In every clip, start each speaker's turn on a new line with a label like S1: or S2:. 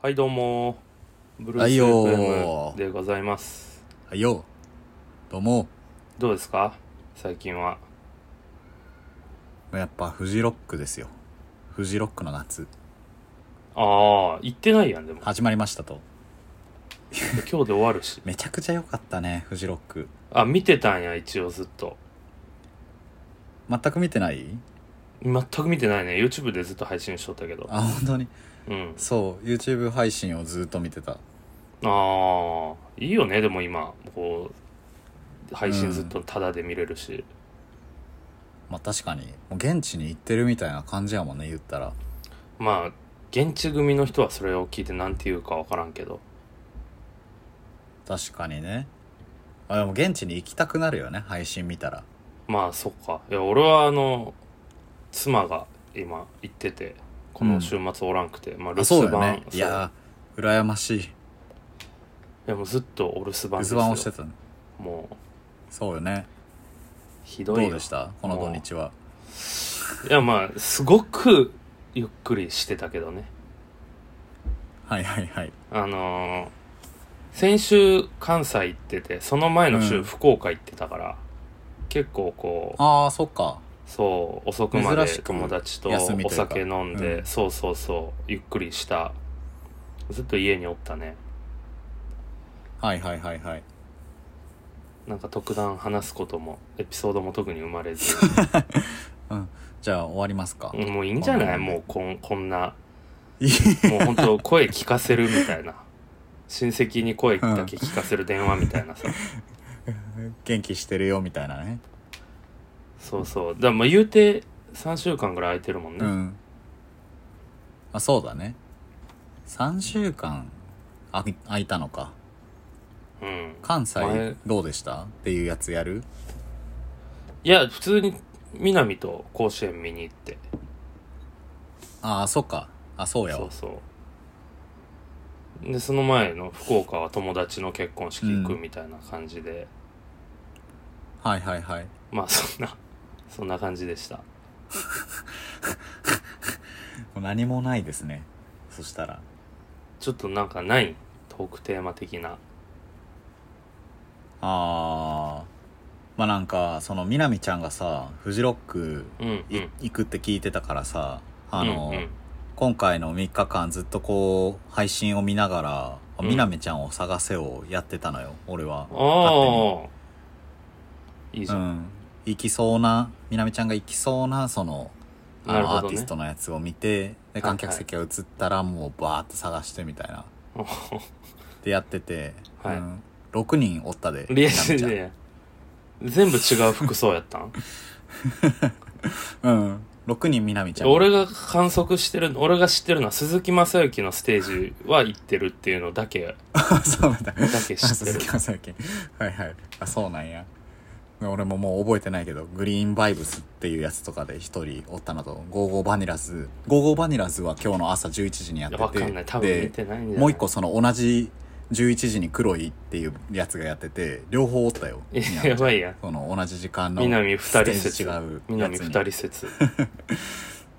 S1: はいどうもブル
S2: は
S1: ー
S2: い
S1: ス
S2: よ
S1: FM でございます
S2: はいよ。どうも。
S1: どうですか最近は
S2: やっぱフジロックですよ。フジロックの夏。
S1: ああ行ってないやんで も
S2: 始まりましたと。
S1: 今日で終わるし
S2: めちゃくちゃ良かったね、フジロック。
S1: あ見てたんや一応ずっと
S2: 全く見てない
S1: 全く見てないね YouTube でずっと配信しとったけど
S2: あ、本当に。
S1: うん
S2: そう、YouTube 配信をずっと見てた。
S1: ああいいよねでも今こう配信ずっとタダで見れるし、
S2: まあ確かに、もう現地に行ってるみたいな感じやもんね、言ったら。
S1: まあ現地組の人はそれを聞いて何て言うか分からんけど
S2: 確かにね。あ、でも現地に行きたくなるよね、配信見たら。
S1: まあそっかいや俺はあの妻が今行っててこの週末おらんくて、まあ留
S2: あ、そう
S1: 守
S2: だよ
S1: 番
S2: ね。いやー、羨ましい。
S1: でもうずっとお留守番で
S2: 留
S1: す
S2: 守
S1: よ
S2: 番をしてたね。
S1: もう
S2: そうよね。
S1: ひ
S2: ど
S1: ど
S2: う
S1: いよ
S2: でしたこの土日は。
S1: いやまあすごくゆっくりしてたけどね
S2: はいはいはい。
S1: あのー先週関西行っててその前の
S2: う
S1: 週
S2: ん
S1: 福岡行ってたから、結構こう
S2: ああ、そっか。
S1: そう遅くまで
S2: 珍しく
S1: 友達と
S2: 休み
S1: お
S2: というか
S1: 酒飲んで、
S2: うん
S1: そうそうそうゆっくりしたずっと家におったね
S2: はいはいはいはい。
S1: なんか特段話すこともエピソードも特に生まれ ず
S2: じゃあ終わりますか。
S1: もういいんじゃない
S2: うん
S1: もうこんこんない
S2: い
S1: もう本当声聞かせるみたいな 親戚に声だけ聞かせる電話みたいなさ、
S2: 元気してるよみたいなね。
S1: そうそうだからまあ言うて3週間ぐらい空いてるもんね、
S2: うん。あ、そうだね。3週間あ空いたのか。
S1: うん
S2: 関
S1: 前
S2: 西どうでしたっていうやつやる
S1: いや普通に南と甲子園見に行って
S2: ああ、そっか。あ、そうや
S1: そ
S2: わ
S1: う。そうでその前の福岡は友達の結婚式行くみたいな感じで、
S2: はいはいはい。
S1: まあそんな そんな感じでした
S2: もう何もないですね。そしたら。
S1: ちょっとなんかないトークテーマ的な
S2: ああ。まあなんか、その、みなみちゃんがさ、フジロック
S1: うんう
S2: い
S1: ん
S2: 行くって聞いてたからさ、あの、
S1: うんうん
S2: 今回の3日間ずっとこう配信を見ながら「みなみちゃんを探せ」をやってたのよ俺は
S1: ああいいじゃ ん、
S2: 勝手にうん行きそうなみなみちゃんが行きそうなそのあ
S1: なる
S2: の
S1: ほ
S2: ア
S1: ど
S2: ー
S1: ね
S2: ティストのやつを見てで観客席が映ったらもうバーって探してみたいなでやってて、
S1: はい
S2: うん6人おった
S1: い
S2: で
S1: や
S2: みなみちゃん
S1: いやいや全部違う服装や ったん
S2: うん6人みなみちゃん
S1: 俺が観測してる俺が知ってるのは鈴木雅之のステージは行ってるっていうのだけ
S2: あ そうなんだ
S1: だけ知
S2: あ
S1: って
S2: 鈴
S1: る
S2: 木雅之はいはいあそうなんや俺ももう覚えてないけどグリーンバイブスっていうやつとかで一人おったのとゴーゴーバニラズゴーゴーバニラズは今日の朝11時にやっ
S1: い
S2: て
S1: や
S2: て
S1: わかんない多分見てないんじゃな
S2: で
S1: い
S2: もう一個その同じ11時に黒いっていうやつがやってて両方お ったよ
S1: いややばいやん
S2: その同じ時間の
S1: 南
S2: ス
S1: 二人
S2: テージ
S1: 説
S2: 違うや
S1: 南
S2: つ
S1: 二
S2: に
S1: 人説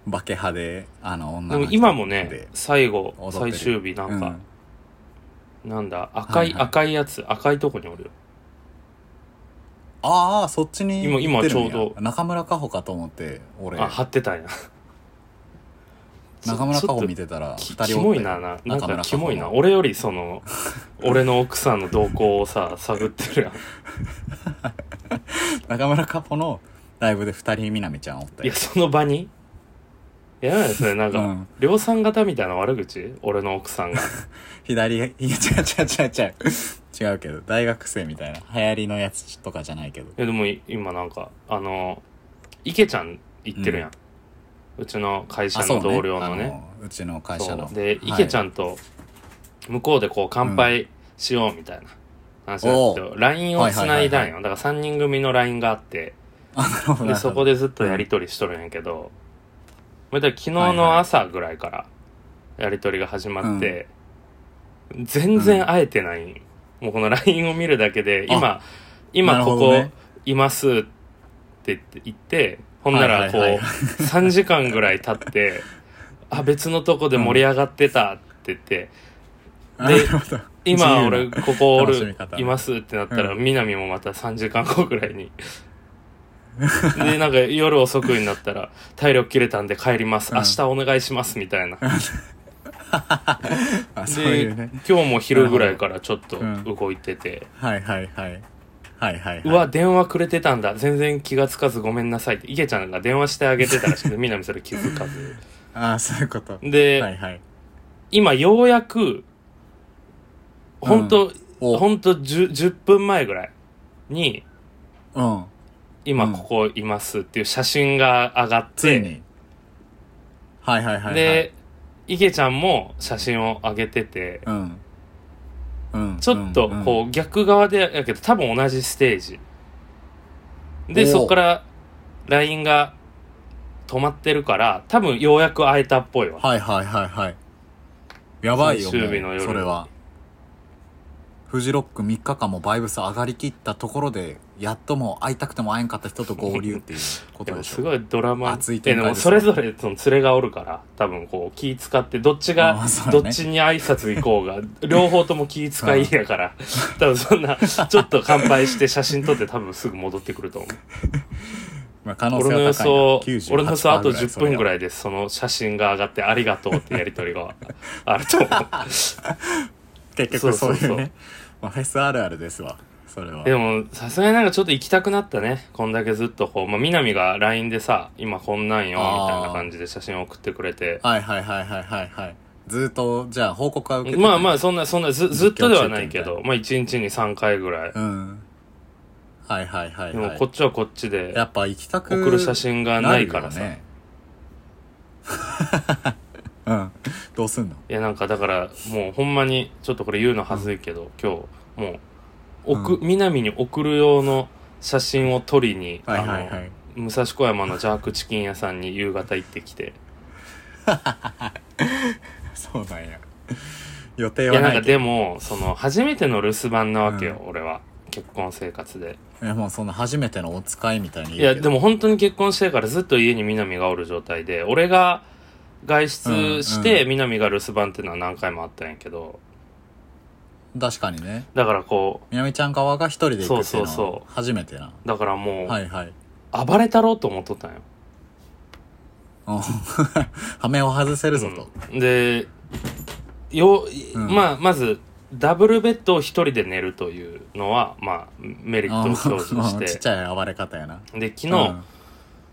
S2: バケ派であの女
S1: で
S2: の
S1: も
S2: 人
S1: 今もね
S2: で
S1: 最後
S2: 踊って
S1: 最終
S2: る
S1: 日なんか、なんだ赤、
S2: はいいはい
S1: 赤いやつ赤いとこにおるよ
S2: ああそっちに
S1: 今今
S2: 行ってるんや
S1: ちょうど
S2: 中村佳穂かと思って俺
S1: あ貼ってたんや
S2: 中村
S1: ち
S2: 佳
S1: ょっと
S2: 穂見てたら
S1: き
S2: 二
S1: キ
S2: 人お
S1: モ
S2: っ
S1: い
S2: た
S1: な
S2: よ
S1: ななん
S2: 中村
S1: か
S2: か
S1: キモいな
S2: ほ
S1: 俺よりその俺の奥さんの動向をさ探ってるやん
S2: 中村かほのライブで二人みなみちゃんおった
S1: い
S2: よ
S1: やその場にやばいですねなん
S2: う
S1: か
S2: ん
S1: 量産型みたいな悪口俺の奥さ んが
S2: 左いや違う違う違う違う違うけど大学生みたいな流行りのやつとかじゃないけど
S1: いやでもい今なんかあの池ちゃん行ってるやん、うちの会社
S2: あそう
S1: の
S2: ね
S1: 同僚のね
S2: あのうちの会社の
S1: そうで池ちゃ
S2: ん
S1: んと向こうでこう乾杯しようみたいな話になって、
S2: お
S1: LINE をつないだん
S2: はいはいはい
S1: よ、だから3人組の LINE があってでそこ
S2: で
S1: でずっとやり取りしとるんやけど、まあだから昨日の朝ぐらいからやり取りが始まって、全然会えてない、もうこの LINE を見るだけで今今ここいますって言って言ってほんならこう、
S2: はいはいはい
S1: 3時間ぐらい経ってあ別のとこで盛り上がってたって言って、で
S2: なるほど
S1: 今
S2: 自由
S1: 俺
S2: な
S1: ここお
S2: 楽しみ
S1: る
S2: 方
S1: いますってなったら、
S2: う
S1: 南もまた3時間後ぐらいに でなんか夜遅くになったら体力切れたんで帰ります明日お願いしますみた いな、
S2: あそうい
S1: で
S2: うね
S1: 今日も昼ぐらいからちょっと
S2: うん
S1: 動いてて、
S2: はいはいはいはいはいはいう
S1: わ電話くれてたんだ全然気がつかずごめんなさいって池ちゃんが電話してあげてたらしくて南それ気づか ず
S2: ああそういうこと
S1: で、
S2: はいはい
S1: 今ようやく本当
S2: お
S1: 本当十 10, 10分前ぐらいに
S2: うんう
S1: 今
S2: ん
S1: ここいますっていう写真が上がっ
S2: つい
S1: て、
S2: にはいはいはいはい
S1: で、池ちゃんも写真を上げてて、
S2: うんうん
S1: ちょっと
S2: うん
S1: こう逆側でやけど多分同じステージ。で、
S2: おー
S1: そこから LINE が止まってるから、多分ようやく会えたっぽいわ。
S2: はいはいはいはいやばいよ
S1: 最終日の
S2: もう
S1: 夜
S2: それはフジロック3日間もバイブス上がりきったところでやっともう会いたくても会えんかった人と合流っていうこ
S1: で
S2: と
S1: も
S2: でし
S1: す
S2: ょ
S1: ごいドラマ、
S2: 熱い
S1: え
S2: 展
S1: で
S2: 開
S1: も
S2: です
S1: それぞれその連れがおるから、多分こう気使って、どっちが
S2: あー、そうだ
S1: ど
S2: ね
S1: っちに挨拶行こう が、両方とも気使いやから、多分そんな、ちょっと乾杯して写真撮って多分すぐ戻ってくる と思う。
S2: まあ可能性
S1: 俺の予
S2: は高い
S1: 想、
S2: な
S1: 俺の予想あと10分ぐ
S2: い
S1: らいです。その写真が上がってありがとうってやりとりがあると 思う。
S2: 結局そう
S1: そう
S2: い
S1: そう
S2: う
S1: そう
S2: ねまあフェスあるあるですわそれは
S1: でも、さすがになんかちょっと行きたくなったね。こんだけずっとこう、まあ、南が LINE でさ、今こんなんよ、み
S2: あー
S1: たいな感じで写真を送ってくれて。
S2: はいはいはいはいはいはいずーっとじゃあ報告は受けて
S1: まあま
S2: あ
S1: あ、そんな、そんな、ず、ずっとではないけ
S2: 実況中継み
S1: ど、まあ1日に3回ぐらい。
S2: うんはいはいはい
S1: で
S2: は
S1: も
S2: い
S1: こっちはこっちで
S2: やっぱ行きたく
S1: 送る写真がないからさ。
S2: るよね うんどうすんの
S1: いやなんかだからもうほんまにちょっとこれ言うのはずいけど、今日もう送、
S2: う
S1: 南に送る用の写真を撮りに、
S2: はいはいは
S1: あ
S2: い
S1: の武蔵小山のジャークチキン屋さんに夕方行ってきて
S2: そうなんや予定
S1: い
S2: は
S1: やな
S2: なん
S1: か
S2: いけ
S1: でもその初めての留守番なわけよ、
S2: う
S1: 俺は結婚生活で
S2: どいやもうその初めてのお使いみたいに
S1: いやで
S2: も
S1: も本当に結婚してからずっと家に南がおる状態で俺が外出して
S2: う
S1: 南が留守番っていうのは何回もあったんやけど
S2: 確かにね
S1: だからこ
S2: みなみちゃん側が一人で行くっていう
S1: そうそう
S2: の
S1: そ
S2: は初めてな
S1: うだからも
S2: はいはいう
S1: 暴れたろうと思っとったんよ
S2: うん 羽目を外せるぞと、
S1: うんでよ、
S2: うん
S1: まあまずダブルベッドを一人で寝るというのは、まあ、メリッ
S2: あ
S1: ト
S2: も
S1: を享
S2: う
S1: 受
S2: も
S1: し
S2: うちってちゃい暴れ方やな
S1: で昨日、
S2: うん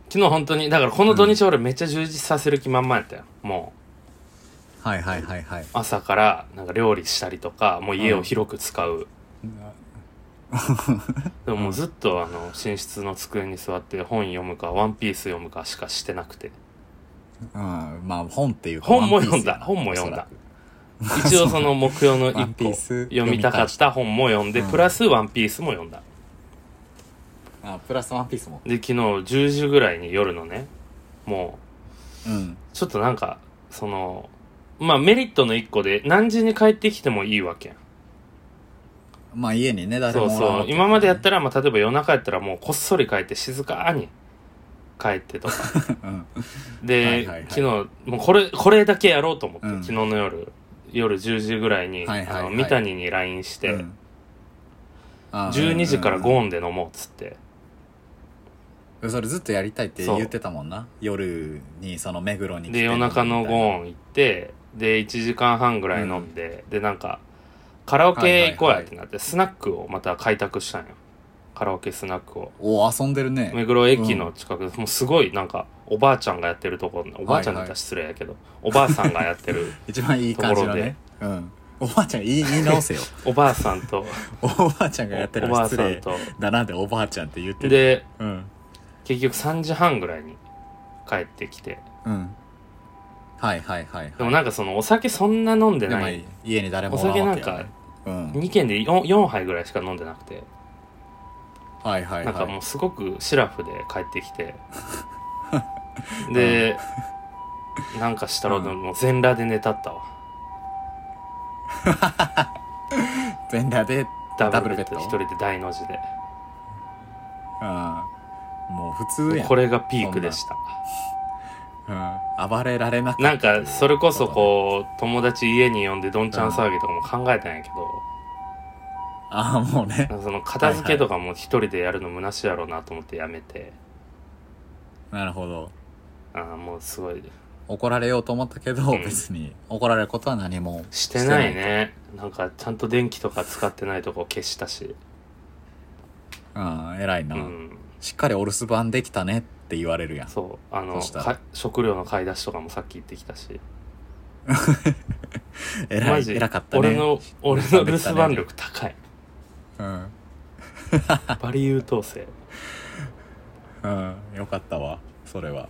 S1: 昨日本当にだからこの土日俺めっちゃ充実させる気満々やったよもう
S2: はいはいはいはい
S1: 朝からなんか料理したりとかもう家を広く使 う、でももうずっとあの寝室の机に座って本読むかワンピース読むかしかしてなくて
S2: うんまあ本っていうか
S1: 本も
S2: ワンピ
S1: 読
S2: ー
S1: ん
S2: スや
S1: だ
S2: な
S1: 本も読んだ
S2: お
S1: 一応その目標 の
S2: ワン
S1: 一
S2: ピ
S1: 個
S2: ース
S1: 読みたかった本も読んで
S2: うん
S1: プラスワンピースも読んだ
S2: そらくあプラスワンピースも
S1: で昨日10時ぐらいに夜のねも
S2: うん
S1: うちょっとなんかそのまあメリットの一個で何時に帰ってきてもいいわけやん
S2: まあ家にね誰
S1: そ
S2: も
S1: う
S2: おらんわ
S1: そう
S2: け
S1: 今までやったら、まあ、例えば夜中やったらもうこっそり帰って静かに帰ってとか
S2: うん
S1: で、
S2: はいはいはい
S1: 昨日もうこれこれだけやろうと思って、
S2: うん
S1: 昨日の夜夜10時ぐらいに、
S2: はいはいはい
S1: あの三谷に LINE して、
S2: うんあ
S1: 12時から
S2: うん
S1: ゴーンで飲もうっつって、
S2: うんそれずっとやりたいって
S1: そう
S2: 言ってたもんな夜にその目黒に来て
S1: で夜中のゴーン行ってで1時間半ぐらい飲んで、でなんかカラオケ行こうやってなって、スナックをまた開拓したんよカラオケスナックを
S2: お遊んでる
S1: 目
S2: ね
S1: 黒駅の近くで、もうすごいなんかおばあちゃんがやってるところおばあちゃんだったら失礼やけど、おばあさんがやって る
S2: 一番いい感じのねうんおばあちゃん言い言い直せ よ
S1: おばあさんと
S2: おばあちゃん
S1: お
S2: がやってる
S1: お
S2: の
S1: ばあ
S2: 失
S1: さん
S2: 礼
S1: と
S2: だなんでおばあちゃんって言ってる
S1: で
S2: うん
S1: 結局3時半ぐらいに帰ってきて
S2: うんはいはいはい
S1: で
S2: は
S1: も
S2: い
S1: なんかそのお酒そんな飲んで
S2: でも
S1: ない
S2: 家に誰
S1: お
S2: もおら
S1: 酒
S2: ん
S1: な
S2: わ
S1: ん
S2: けや
S1: か
S2: ねうん
S1: 2軒で 4, 4杯ぐらいしか飲んでなくて
S2: はいはい
S1: なんか
S2: は
S1: も
S2: いう
S1: すごくシラフで帰ってき てで、なんかしたろうともう全裸で寝たったわ
S2: 全裸で
S1: ダ
S2: ダ
S1: ブ
S2: ブ
S1: ルベ
S2: ルベ
S1: ッ
S2: ッ
S1: ド
S2: ド
S1: 一人で大の字で
S2: うんもう普通やん
S1: これがピークでした
S2: うん、暴れられなく
S1: なんかそれこそこう友達家に呼んでどんちゃん騒ぎとかも考えたんやけど、
S2: ああもうね
S1: なんかその片付けとかも一人でやるの虚しいやろうなと思ってやめて、
S2: なるほど
S1: ああもうすごい
S2: 怒られようと思ったけど、
S1: うん
S2: 別に怒られることは何も
S1: してない
S2: して
S1: ねなんかちゃんと電気とか使ってないとこ消したし、
S2: ないうん偉いな、
S1: うん、
S2: しっかりお留守番できたねって言われるやん
S1: そうあの
S2: そしたら
S1: か食料の買い出しとかもさっき行ってきたし
S2: 偉
S1: マ
S2: い
S1: ジ
S2: 偉かったね
S1: 俺の俺の留守番力高い
S2: うん、
S1: バリ優等生
S2: うん、よかったわそれは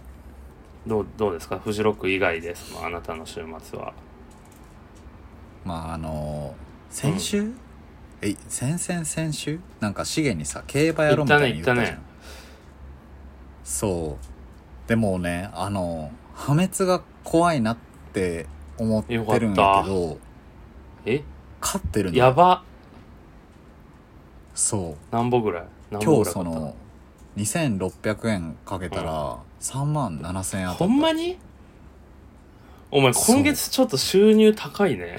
S1: どうどうですかフジロック以外ですあなたの週末は
S2: まああのー先週、え先々先週なんか資源にさ競馬やろうみたいに言ったじゃ
S1: 行っ
S2: ん
S1: たね行っ
S2: そうでもねあの破滅が怖いなって思ってるんやけ
S1: よかった
S2: ど
S1: え
S2: 勝ってるん
S1: や
S2: だ
S1: ば
S2: そう
S1: 何本ぐらい何本
S2: 今
S1: ぐ
S2: 日
S1: らい
S2: そ
S1: 買った
S2: の2600円かけたら3万7000円当たった、
S1: ほんまにお前今月ちょっと収入高いね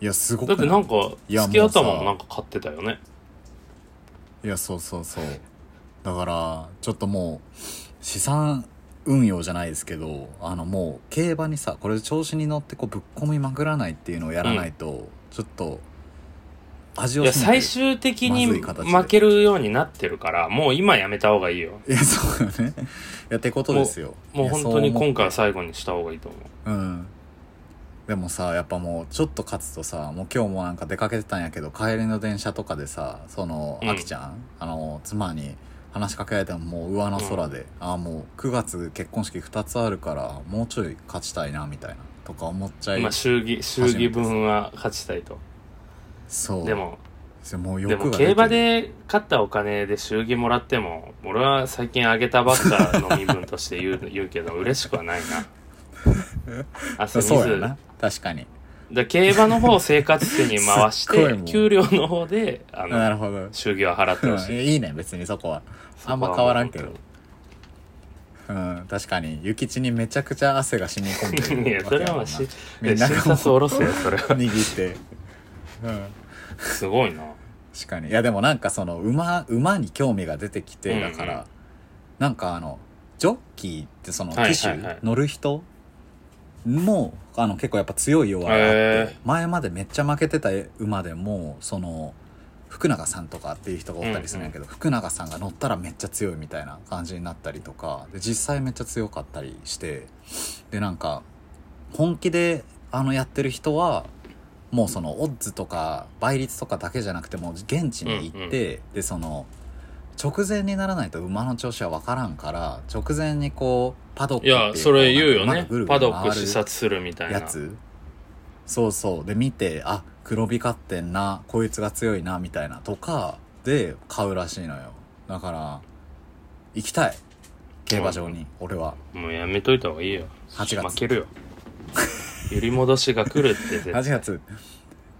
S2: いやすご
S1: だっ
S2: く
S1: て
S2: な
S1: ないんか
S2: いや
S1: 月頭
S2: もう
S1: も
S2: さ
S1: なんか買ってたよね
S2: いやそうそうそうだからちょっともう資産運用じゃないですけどあのもう競馬にさこれで調子に乗ってこうぶっ込みまくらないっていうのをやらないと、ちょっと味
S1: い
S2: を
S1: や
S2: 占めて
S1: 最
S2: る
S1: 終的に
S2: まずい形で
S1: 負けるようになってるからもう今やめた方がいいよ
S2: いやそうよねいやってことですよ
S1: もう本当に今回は
S2: さ
S1: 最後にした方がいいと思う
S2: うんでもさやっぱもうちょっと勝つとさもう今日もなんか出かけてたんやけど帰りの電車とかでさその
S1: うん
S2: あきちゃん、あの妻に話しかけられてももう上の空で、ああもう9月結婚式2つあるからもうちょい勝ちたいなみたいなとか思っちゃい、
S1: まあ祝儀祝儀分は勝ちたいと
S2: そう
S1: でも
S2: もう
S1: で
S2: 欲
S1: も
S2: が
S1: 競
S2: 出
S1: 馬
S2: てる
S1: で勝ったお金で祝儀もらっても俺は最近あげたばっかの身分として言う 言うけど嬉しくはないな汗水
S2: そうやな確かに
S1: で競馬の方を生活費に回し
S2: すっごい
S1: て
S2: もう
S1: 給料の方であ
S2: なる
S1: の
S2: ほど
S1: 祝儀は払ってほし
S2: うん
S1: い
S2: いいね別にそこは
S1: そこ
S2: あ
S1: は
S2: ん
S1: もう
S2: ま変わらんけど
S1: 本
S2: うん確かに諭吉にめちゃくちゃ汗が染み込ん
S1: 当
S2: で
S1: に い
S2: る
S1: やそれはし
S2: わ
S1: い
S2: けやも
S1: や
S2: んなみんな
S1: 診
S2: が
S1: 察下ろせよそれは
S2: 握ってうん
S1: すごいな
S2: 確かにいやでもなんかその馬馬に興味が出てきてだから、
S1: うんうん
S2: なんかあのジョッキーってその
S1: はいはいはい
S2: 機種、乗る人もあの結構やっぱ強い弱いがあって、
S1: へえ
S2: 前までめっちゃ負けてた馬でもその福永さんとかっていう人がおったりするんやけど、福永さんが乗ったらめっちゃ強いみたいな感じになったりとかで実際めっちゃ強かったりしてでなんか本気であのやってる人はもうそのオッズとか倍率とかだけじゃなくてもう現地に行って、でその直前にならないと馬の調子は分からんから直前にこうパドック
S1: いやそれ言うよねパドック視
S2: 視
S1: 察するみたいな
S2: やつそうそうで見てあ黒光ってんなこいつが強いなみたいなとかで買うらしいのよだから行きたい競馬場に、俺は
S1: もうやめといた方がいいよ。
S2: 8月
S1: 負けるよ。揺り戻しが来るって絶対。
S2: 8月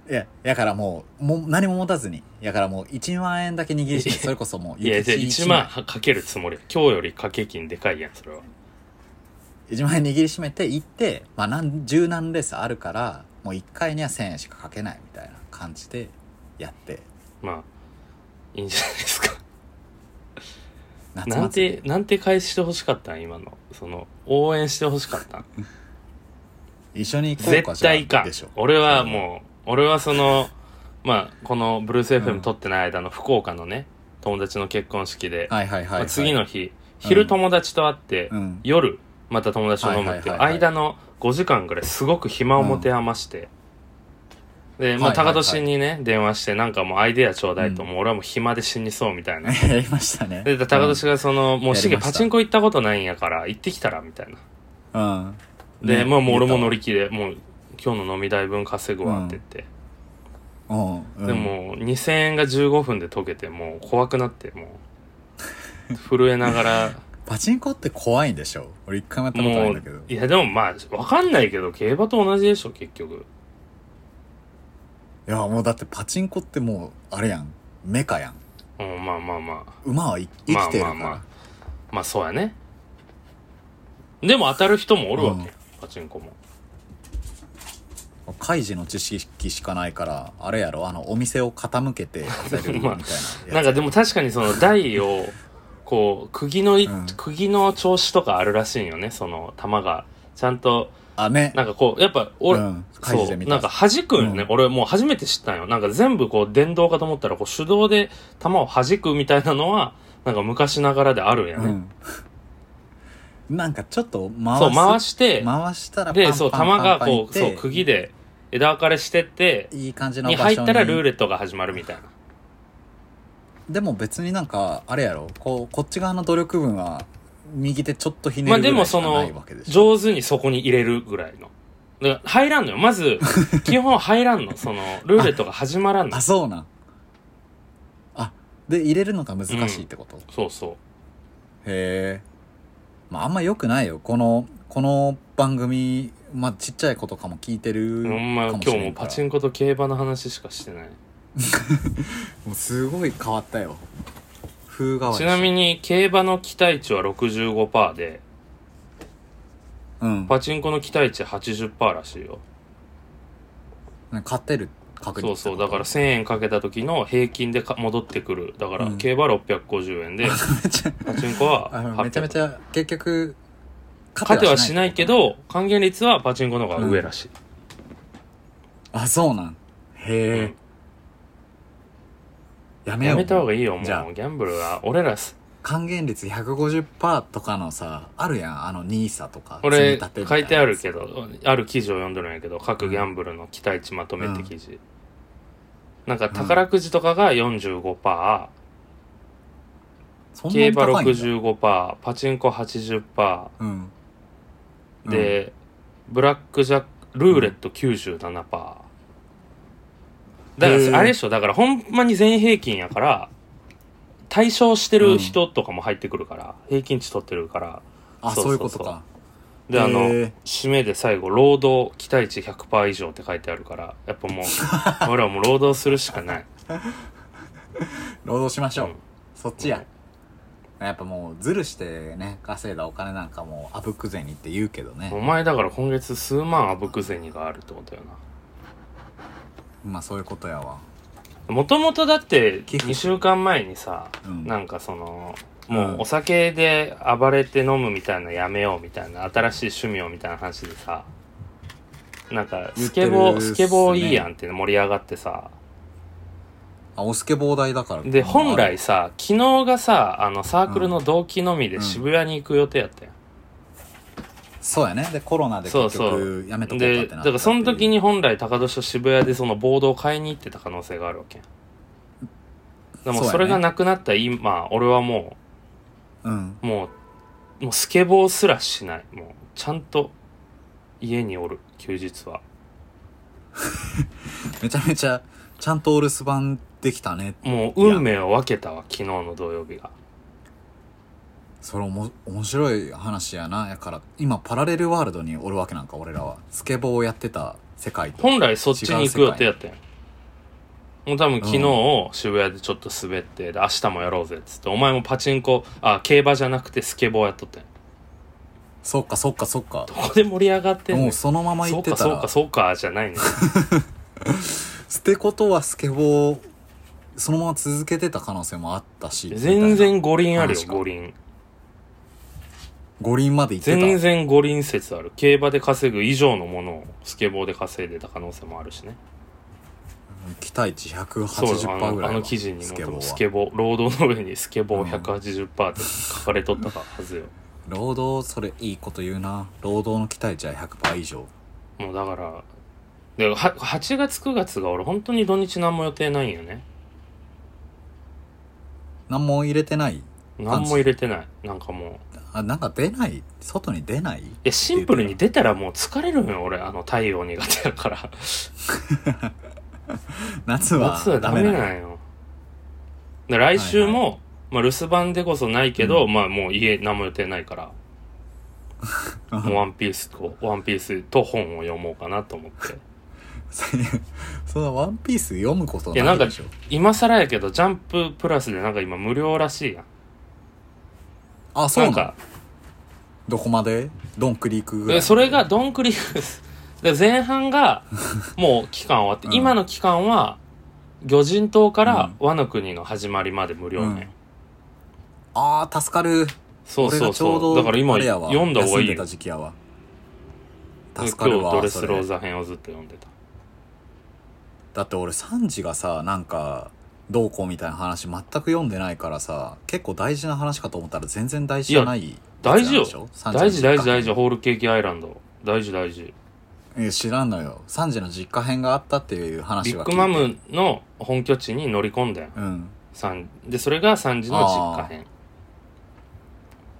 S2: いややからもうもう何も持たずにやからもう1万円だけ握りし
S1: い
S2: て
S1: や
S2: それこそもう
S1: いや、じゃあ
S2: 雪地
S1: 1万はかけるつもり。今日より掛け金でかいやん、それは。
S2: 1万円握りしめて行って、まあ、何十何レースあるからもう1回には1000円しかかけないみたいな感じでやって
S1: まあ、いいんじゃないですか。
S2: 夏
S1: なん
S2: 祭り
S1: て、なんて返してほしかったん今の。その、応援してほしかったん
S2: 一緒に行こうか
S1: 絶対いかん
S2: でしょ。
S1: 俺はもう、俺はその、 まあ、このブルース FM 撮ってない間の福岡のね、友達の結婚式で、
S2: はいはいはい、
S1: ま
S2: は
S1: あ
S2: い、
S1: 次の日、昼友達と会って、
S2: うん
S1: 夜また友達と飲むっていう
S2: はいはいはいはい
S1: 間の5時間ぐらいすごく暇を持て余して、でもう
S2: はいはいは
S1: 高
S2: い
S1: 年にね電話してなんかもうアイデアちょうだいと、もう俺はもう暇で死にそうみた いな
S2: やりましたね
S1: で高年がその「もう
S2: やりました
S1: シゲパチンコ行ったことないんやから行ってきたら」みたいな
S2: うん、うん、
S1: で、
S2: ね
S1: まあもう俺も乗
S2: り
S1: り気でもう今日の飲み代分稼ぐわって言って、
S2: うん、うん、
S1: でも2000円が15分で溶けてもう怖くなってもう震えなが ら
S2: パチンコって怖いんでしょ俺一回もやったことない
S1: も
S2: んだ
S1: う
S2: けど
S1: いやでもまあわかんないけど競馬と同じでしょ結局
S2: いやもうだってパチンコってもうあれやんメカやん
S1: うん、まあまあまあ。
S2: 馬はい生きてるか
S1: まあまあ
S2: ら、
S1: まあ。まあそうやね。でも当たる人もおるわけ、
S2: うん
S1: パチンコも
S2: 開示の知識しかないからあれやろあのお店を傾 けて当たるみたいなやつ
S1: なんかでも確かにその台をこう釘のい、
S2: うん
S1: 釘の調子とかあるらしいんよねその球がちゃんと
S2: あね
S1: なんかこうやっぱ俺、
S2: うん開
S1: そ
S2: 示
S1: う
S2: で見た
S1: なんか弾くんよね、
S2: うん
S1: 俺もう初めて知ったんよなんか全部こう電動かと思ったらこう手動で球を弾くみたいなのはなんか昔ながらであるんや
S2: う
S1: ね、
S2: ん、なんかちょっと回す
S1: そう回して
S2: 回したらパンパ
S1: で
S2: ン
S1: そう球
S2: パンパン
S1: が
S2: パンい
S1: こ
S2: っ
S1: う
S2: て
S1: そう釘で枝分かれしてって
S2: いい感じの
S1: に
S2: 場所
S1: 入
S2: に
S1: ったらルーレットが始まるみたいな
S2: でも別になんかあれやろこうこっち側の努力分は右手ちょっとひね
S1: まあ
S2: るぐ
S1: で
S2: ら
S1: も
S2: いし
S1: そ
S2: かない
S1: の
S2: わけで、しょ、
S1: 上手にそこに入れるぐらいの。だから入らんのよ。ま ず、基本入らんの。その、ルーレットが始まらんの
S2: あ。そうなんあで入れるのが難しいってこと、へ
S1: そうそ
S2: えまああんま良くないよこのこの番組まあちっちゃい子とかも聞いてる
S1: う。
S2: か
S1: ほんま、今
S2: もし
S1: 日
S2: れん
S1: も
S2: か
S1: パ
S2: ら
S1: チンコと競馬の話しかしてない。
S2: もうすごい変わったよ風変わりし
S1: ち
S2: た
S1: なみに、競馬の期待値は65%で、
S2: うん
S1: パチンコの期待値80%らしいよ。
S2: 勝てる確率
S1: そうそう。だから1000円かけた時の平均でか戻ってくる。だから、
S2: うん
S1: 競馬650円で、
S2: めちゃ
S1: パチンコは
S2: あ
S1: 800
S2: のめちゃめちゃ結局
S1: 勝てはしないけど、還元率はパチンコの方が上らしい。
S2: あそうなんへえ、やめよ
S1: や
S2: う
S1: めた方がいいよ、もう。ギ
S2: じゃあ
S1: ャンブルは、俺らす、
S2: 還元率150%とかのさあるやんあのニーサとか
S1: これ
S2: 積み立てみた
S1: 書
S2: ないやつ
S1: てあるけどある記事を読んでるんやけど各ギャンブルの期待値まとめって記事、なんか宝くじとかが45%、パ
S2: そ
S1: ー
S2: んな
S1: 競
S2: に
S1: 馬
S2: 高いんだ
S1: 65%パーパチンコ80%パ
S2: うん
S1: ーで、ブラックジャックルーレット97%パーだ
S2: へ
S1: か
S2: ー
S1: らあれでしょだからほんまに全平均やから対象してる人とかも入ってくるから、平均値取ってるから
S2: あ
S1: そう
S2: そういうこ
S1: そ
S2: と
S1: うそう
S2: か
S1: であの
S2: へー
S1: 締めで最後労働期待値100%以上って書いてあるからやっぱ もう俺はもう労働するしかない
S2: 労働しましょう、
S1: うん
S2: そっちや、やっぱもうズルしてね稼いだお金なんかもうあぶく銭って言うけどね、
S1: お前だから今月数万あぶく銭があるってことよな
S2: まあそういうことやわ
S1: もともとだって
S2: 寄付
S1: 2週間前にさ、
S2: うん
S1: なんかその
S2: う
S1: も
S2: ん
S1: うお酒で暴れて飲むみたいなやめようみたいな新しい趣味をみたいな話でさなんかスケボ
S2: 言ってるっ
S1: ー
S2: すね
S1: スケボーいいやんって盛り上がってさ
S2: あおスケボー代だから
S1: で
S2: もう
S1: 本来さ昨日がさあのサークルの同期のみ
S2: う
S1: で
S2: ん
S1: 渋谷に行く予定やったやん
S2: そうやねでコロナで
S1: そう
S2: 結
S1: そう
S2: 局やめとこうかって
S1: で
S2: なった
S1: だからその時に本来高年と渋谷でそのボードを買いに行ってた可能性があるわけやでも
S2: そうやね
S1: それがなくなった今、俺はも
S2: うん
S1: うもうもうスケボーすらしないもうちゃんと家におる休日は
S2: めちゃめちゃちゃんとお留守番できたね
S1: もう運命を分けたわ昨日の土曜日が
S2: それおも面白い話やなやから今パラレルワールドにおるわけなんか俺らはスケボーをやってた世界と
S1: 本来そっちに行く予定やったやんもう多分昨日渋谷でちょっと滑って、で明日もやろうぜっつってお前もパチンコあ競馬じゃなくてスケボーやっとったやん
S2: そっかそっかそっか
S1: ここで盛り上がってんねん
S2: もうそのまま
S1: そ
S2: 行
S1: う
S2: って
S1: か
S2: た
S1: そうからそうかじゃ ないね
S2: ってことはスケボーそのまま続けてた可能性もあったし
S1: 全
S2: みたいな
S1: 然五輪あるよ
S2: 話か
S1: 五輪
S2: 五輪まで行ってた
S1: 全然五輪説ある競馬で稼ぐ以上のものをスケボーで稼いでた可能性もあるしね
S2: 期待値
S1: そうよあ
S2: 180%
S1: の
S2: ぐらい
S1: あ
S2: は
S1: の記事に
S2: ス
S1: も
S2: ケ
S1: 多
S2: ボーは
S1: 分スケボー労働の上にスケボ
S2: うん
S1: ー180%って書かれとったはずよ、
S2: 労働それいいこと言うな労働の期待値は100%以上
S1: もうだからでは8月9月が俺本当に土日何も予定ないんよね
S2: 何も入れてない
S1: 何も入れてないなんかもうい
S2: あなんか出ない外に出ない
S1: やシンプルに出たらもう疲れるのよ俺あの太陽苦手やから
S2: 夏は
S1: 夏はダメ
S2: な
S1: なんよで来週も、まあ、留守番でこそないけど、まあもう家何も予定ないから もうワンピースとワンピースと本を読もうかなと思って
S2: そのワンピース読むこと
S1: いやな
S2: なんい
S1: か
S2: でしょ
S1: 今更やけどジャンププラスでなんか今無料らしいやん
S2: あそうな
S1: なん
S2: ん
S1: か
S2: どこまでドンクリークぐらい
S1: でそれがドンクリークですで前半がもう期間終わって、
S2: うん
S1: 今の期間は魚人島から和の国の始まりまで無料ね、
S2: うんああ助かる
S1: そう
S2: 俺
S1: そう
S2: がちょう
S1: そう
S2: ど
S1: だから今
S2: あれやわ
S1: 読んだ方がい
S2: 休
S1: い
S2: で
S1: よ
S2: た時期やわ
S1: 今
S2: 助かる
S1: 日ド
S2: わ
S1: レス
S2: そ
S1: ロー
S2: れ
S1: ザ編をずっと読んでた
S2: だって俺サンジがさなんかどうこうみたいな話全く読んでないからさ結構大事な話かと思ったら全然大事じゃない
S1: 大事
S2: や
S1: よ
S2: つなんでしょサンジの
S1: 大事大事大
S2: 実
S1: 事ホールケーキアイランド大事大事
S2: 家いや知らんのよサンジの実家編があったっていう
S1: ビ
S2: 話
S1: ッ
S2: は聞い
S1: グ
S2: て
S1: マムの本拠地に乗り込んだよ
S2: うん
S1: さんでそれが3時の実家編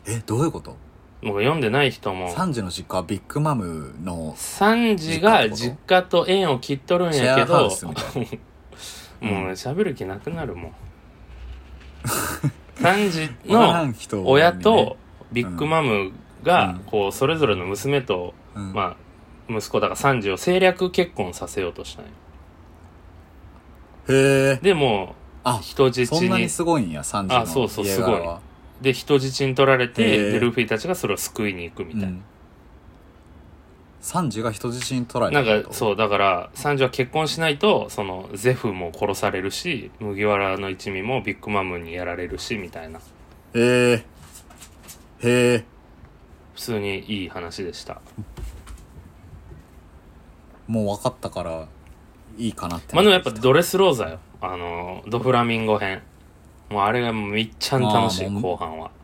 S2: えどういうこと
S1: 僕読んでない人も
S2: サンジの実家はビッグマムの
S1: 3時が実
S2: 実
S1: 家と縁を切っとるん
S2: シ
S1: や
S2: ェ
S1: け
S2: アハ
S1: ど
S2: ウスみたいな
S1: もう
S2: うん
S1: 喋る気なくなる もん3時
S2: わから
S1: の
S2: ん人にね
S1: 親とビッグマムが
S2: うん
S1: こうそれぞれの娘と
S2: うん
S1: まあ息子だから3時を政略結婚させようとしたんよ
S2: へえ
S1: でも
S2: あ
S1: う人質
S2: そんな
S1: に
S2: にすごいんやサンジの
S1: あそうそう
S2: 家柄は
S1: で人質に取られ
S2: へ
S1: て
S2: え
S1: でルフィたちがそれを救いに行くみたいな、
S2: うんサンジが人質に取られ
S1: な
S2: た
S1: んか
S2: う
S1: そうだからサンジは結婚しないとそのゼフも殺されるし麦わらの一味もビッグマムにやられるしみたいな
S2: へえへえ
S1: 普通にいい話でした
S2: もう分かったからいいかなって
S1: まあでもやっぱ
S2: なてき
S1: ドレスローザよあのドフラミンゴ編もうあれがめっちゃ楽しい
S2: あーもう
S1: 後半は
S2: た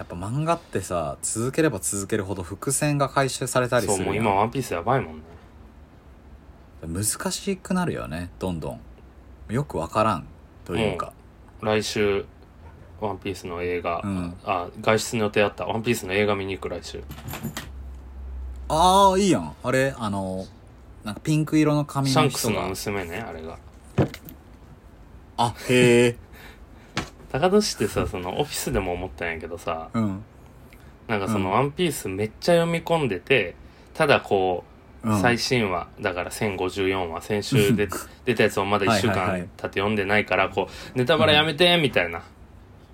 S2: やっぱ漫画ってさ続ければ続けるほど伏線が回収されたり
S1: そう
S2: する
S1: もう
S2: やん
S1: 今ワンピースやばいもんね
S2: 難しくなるよねどんどんよく分からんというか、
S1: 来週ワンピースの映画、
S2: うん
S1: あ外出の予定あったワンピースの映画見に行く来週
S2: ああいいやんあれあのなんかピンク色の髪
S1: シャ
S2: の
S1: ンクス
S2: 人
S1: の
S2: が
S1: 娘ねあれが
S2: あへえ
S1: 高田氏ってさそのオフィスでも思ったんやけどさ、
S2: うん
S1: なんかその「
S2: うん
S1: ワンピースめっちゃ読み込んでてただこ
S2: う
S1: うん最新話だから1054話先 週で出たやつをまだ1週
S2: はいはいは
S1: 間経っ
S2: い
S1: て読んでないからこうネタバレやめてみたいな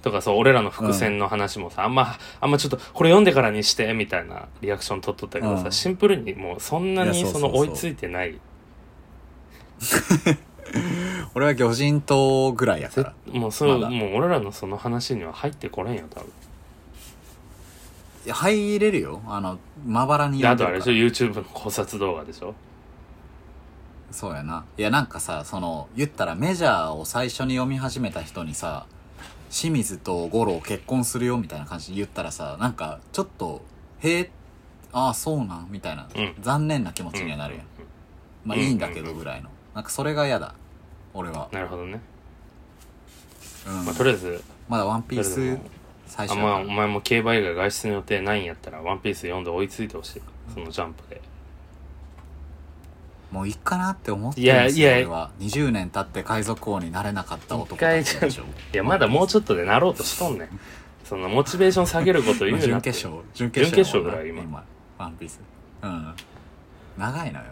S1: とかそう俺らの伏線の話もさあんまあんまちょっとこれ読んでからにしてみたいなリアクション取っとったけど
S2: う
S1: さ
S2: ん
S1: シンプルにもうそんないに
S2: やそ
S1: そ
S2: うそうそう
S1: の追いついてない
S2: 俺は魚人島ぐらいやから
S1: もうそう
S2: まだ
S1: もう俺らのその話には入ってこれんよ多分
S2: いや入れるよあのまばらに
S1: で
S2: 読
S1: あ
S2: んで
S1: とあれ
S2: る
S1: で
S2: か
S1: しょ
S2: ら
S1: YouTube の考察動画でしょ
S2: そうやないやなんかさその言ったらメジャーを最初に読み始めた人にさ清水と五郎結婚するよみたいな感じで言ったらさなんかちょっとへえああそうなんみたいな、
S1: うん
S2: 残念な気持ちにはなるやん、まあ
S1: うん
S2: いいんだけどぐらいのなんかそれが嫌だ俺は、
S1: なるほどね、
S2: うん
S1: まあ、とりあえず
S2: まだワンピー
S1: とりあえずも
S2: ス
S1: う
S2: 最
S1: あ
S2: 初や
S1: まあ、
S2: か
S1: お
S2: ら
S1: 前も競馬以外外出の予定ないんやったら「ワンピース読んで追いついてほしいそのジャンプで
S2: もういいかなって思って
S1: い
S2: るん
S1: や
S2: です
S1: いや
S2: よ俺は20年経って海賊王になれなかった男
S1: 一回
S2: た
S1: じ
S2: ち
S1: ゃ
S2: でしょ
S1: いやまだもうちょっとでなろうとしとんねんそのモチベーション下げること言
S2: ま
S1: う
S2: あ
S1: なって
S2: 準決勝準
S1: 決
S2: 決
S1: 勝
S2: 勝
S1: ぐらい今
S2: ワンピースうん長いのよ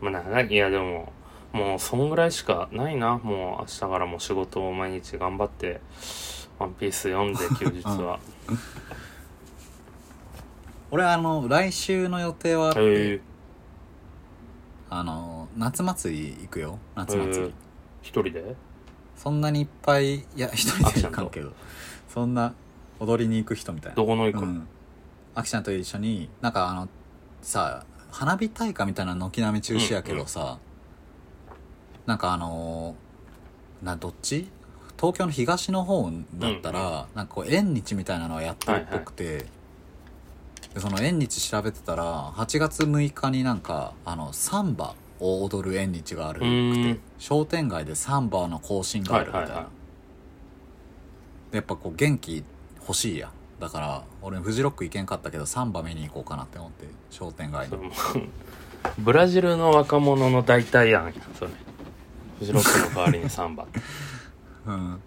S1: まあ長いいやでももうそんぐらいしかないなもう明日からも仕事を毎日頑張って「ワンピース 読んで休日は、
S2: 俺あの来週の予定はあっ
S1: へ
S2: て、
S1: え
S2: あの夏祭り行くよ夏祭り、
S1: ー、一人で
S2: そんなにいっぱいいや一人
S1: あ
S2: で
S1: ちゃ
S2: 行
S1: んと
S2: かんけどそんな踊りに行く人みたいな
S1: どこの行
S2: う
S1: く、
S2: んあきちゃんと一緒になんかあのさ花火大会みたいなの軒並み中止やけどさ、なんかあのーなどっち東京の東の方だったら、なんかこう縁日みたいなのはやってるっぽくて、でその縁日調べてたら8月6日になんかあのサンバを踊る縁日がある
S1: うーん
S2: 商店街でサンバの更新があるみたいな、
S1: はいはいは
S2: やっぱこう元気欲しいやんだから俺フジロック行けんかったけどサンバ見に行こうかなって思って商店街
S1: それ
S2: に
S1: もブラジルの若者の代替案やそれフジロックの代わりにサンバ って
S2: うん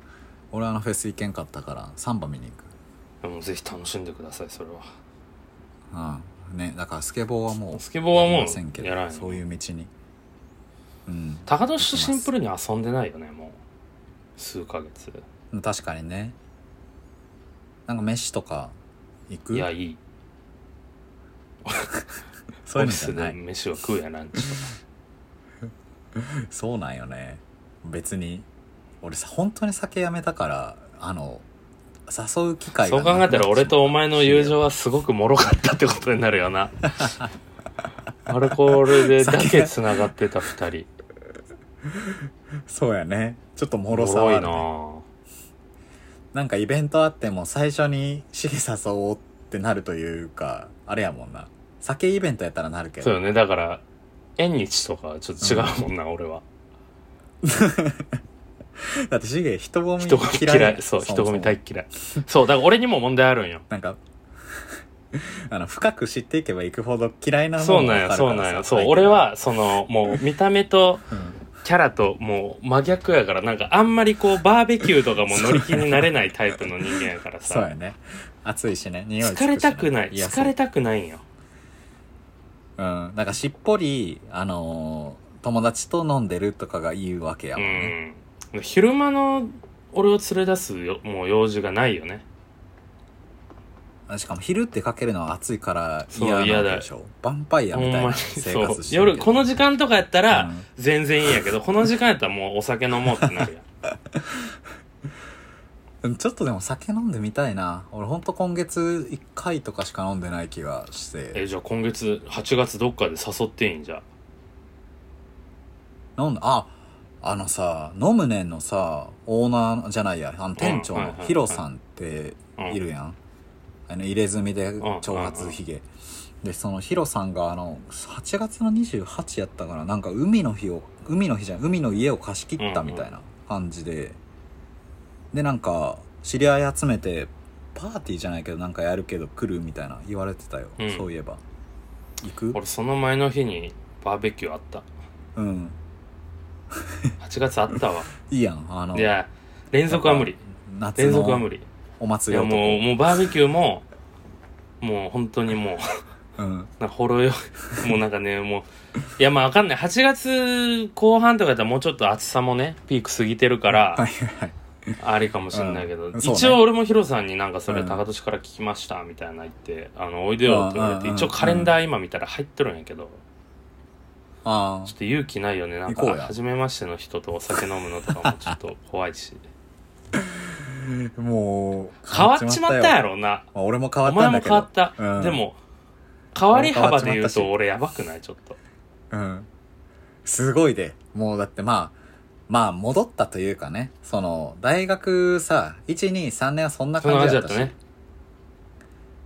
S2: 俺あのフェス行けんかったからサンバ見に行く
S1: でもぜひ楽しんでくださいそれは
S2: うんねだからスケボーはもう
S1: スケボーはもう
S2: やりませんけ
S1: やらん
S2: ど
S1: よ
S2: そういう道にうん
S1: 高年とシンプルに遊んでないよねもう数ヶ月
S2: 確かにねなんか飯とか行く
S1: いやいい
S2: そ
S1: オ
S2: うい
S1: フィ
S2: うのじ
S1: ス
S2: ゃな
S1: で
S2: い
S1: 飯は食うやランチとか
S2: そうなんよね別に俺さ本当に酒やめたからあの誘う機会
S1: そう
S2: な
S1: 考
S2: くな
S1: え
S2: って
S1: た
S2: しま
S1: ら
S2: う
S1: 俺とお前の友情はすごく脆かったってことになるよ なアルコールでだけつながってた二人
S2: そうやねちょっともろさ
S1: 脆
S2: はあ
S1: い
S2: るね、
S1: な
S2: なんかイベントあっても最初にシゲ誘おうってなるというかあれやもんな酒イベントやったらなるけ
S1: そう
S2: ど
S1: よねだから縁日とかはちょっと違うもんな、俺は
S2: だってシゲ人混み
S1: 人混み嫌いそう
S2: も
S1: 人混み
S2: も
S1: 大っ嫌いそうだから俺にも問題あるんよ
S2: なんか あの深く知っていけばいくほど嫌いなもの
S1: そうなん
S2: が分
S1: や
S2: かる
S1: そう
S2: から
S1: なんや
S2: さ
S1: そう
S2: 相手が
S1: 俺はそのもう見た目と
S2: うん
S1: キャラともう真逆やからなんかあんまりこうバーベキューとかも乗り気になれないタイプの人間やから
S2: そうや
S1: さ
S2: ね暑いしね匂いつくし
S1: 疲
S2: ね
S1: れたくない
S2: や
S1: 疲れたくないんよ
S2: うん、なんかしっぽり、あのー友達と飲んでるとかが言うわけや
S1: う
S2: もんね。
S1: ん昼間の俺を連れ出すよもう用事がないよね
S2: しかも昼ってかけるのは暑いから
S1: そう
S2: 嫌な
S1: 嫌
S2: ん
S1: だ
S2: でしょ。ヴァンパイア
S1: ほん
S2: みたい
S1: ま
S2: な
S1: に
S2: 生
S1: そう
S2: 活してるけど
S1: 夜この時間とかやった
S2: う
S1: ら
S2: ん
S1: 全然いいんやけど、この時間やったらもうお酒飲もうってなるやん
S2: うんちょっとでも酒飲んでみたいな。俺ほんと今月1回とかしか飲んでない気がして。
S1: えじゃあ今月8月どっかで誘っていいんじゃ
S2: 飲んだ、あ、あのさ、飲むねんのさ、オーナーじゃないや、あの店長
S1: うんはい
S2: の
S1: はいはい
S2: ヒロさんって
S1: うん
S2: いるやん。あの入れ墨で長髪ひげでそのヒロさんがあの8月の28やったからなんか海の日を海の日じゃん海の家を貸し切ったみたいな感じで、でなんか知り合い集めてパーティーじゃないけどなんかやるけど来るみたいな言われてたよ、
S1: うん
S2: そういえば行く
S1: 俺その前の日にバーベキューあった
S2: うん
S1: 8月あったわ
S2: いいやんあの
S1: いや連続は無理
S2: 夏
S1: 連続は無
S2: の
S1: 理
S2: お
S1: い
S2: 祭り
S1: や
S2: 男
S1: もうもうバーベキューももう本当にもう
S2: うん
S1: なんかほろよいもうなんかね もういやまあわかんない8月後半とかだったらもうちょっと暑さもねピーク過ぎてるから、
S2: はいはい
S1: ありかもしれないけど、
S2: うんそうね
S1: 一応俺もヒロさんになんかそれ
S2: うん
S1: 高年から聞きましたみたいな言って、あのおいでよって言われて
S2: うん
S1: 一応カレンダー今見たら入っとるんやけど、
S2: あ
S1: ちょっと勇気ないよねなんか
S2: 行こうや
S1: 初めましての人とお酒飲むのとかもちょっと怖い し
S2: あもう
S1: 変わっちまったやろな
S2: まあ俺も変わ
S1: お
S2: った
S1: 前
S2: ん
S1: も
S2: だけ
S1: 変わ
S2: ど
S1: った、
S2: うん
S1: でも変わり幅で言う
S2: 変わっちまったし
S1: と俺やばくないちょっと
S2: うん。すごいで。もうだってまあ、まあ戻ったというかね、その、大学さ、1、2、3年はそんな
S1: そんな
S2: 感
S1: 感じ
S2: じだ
S1: だ
S2: っ
S1: ったた
S2: し、
S1: ね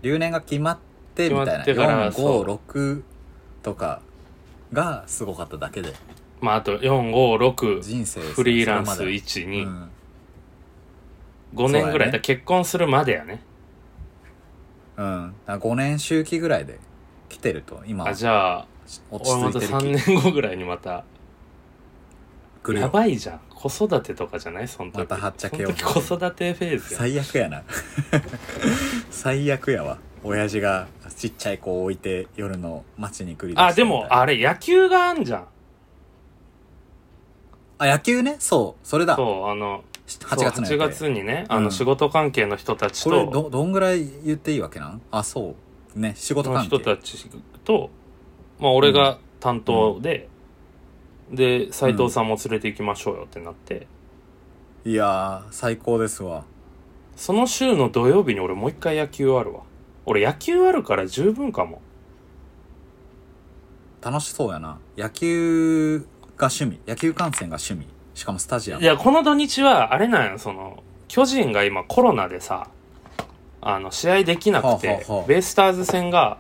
S2: 留年が決まってみたいな、
S1: 決まってから
S2: 4、
S1: そう
S2: 5、6とかがすごかっただけで、
S1: まああと456
S2: 人生
S1: フリーランス
S2: それまでう
S1: 125
S2: ん
S1: 年ぐらい、だか
S2: そうやね
S1: ら結婚するまでやね
S2: うん。5年周期ぐらいで来てると、今
S1: あ
S2: 落ち
S1: じゃあ俺
S2: 着
S1: ま
S2: い
S1: た
S2: てる
S1: 3年後ぐらいにまた
S2: 来る
S1: や
S2: よ。
S1: ばいじゃん子育てとかじゃないその時
S2: またはっちゃけよう
S1: その時子育てフェーズや
S2: 最悪やな 最悪やわ親父がちっちゃい子を置いて夜の街に繰り出して
S1: あでもあれ野球があんじゃん
S2: あ野球ねそうそれだ
S1: そうあの
S2: 8月の
S1: そう
S2: 予定
S1: 8月にねあ
S2: うん
S1: の仕事関係の人たち
S2: これ
S1: と、
S2: どどんぐらい言っていいわけなんあそうね仕事
S1: の
S2: 関
S1: 人
S2: 係
S1: たちとまあ俺が担当で、で斎藤さんも連れて行きましょうよってなって、
S2: いやー最高ですわ
S1: その週の土曜日に俺もう一回野球あるわ俺野球あるから十分かも
S2: 楽しそうやな野球が趣味野球観戦が趣味しかもスタジア
S1: い
S2: ム
S1: やこの土日はあれなんよその巨人が今コロナでさあの試合できなくて、
S2: はあはあはあ
S1: ベイスターズ戦があ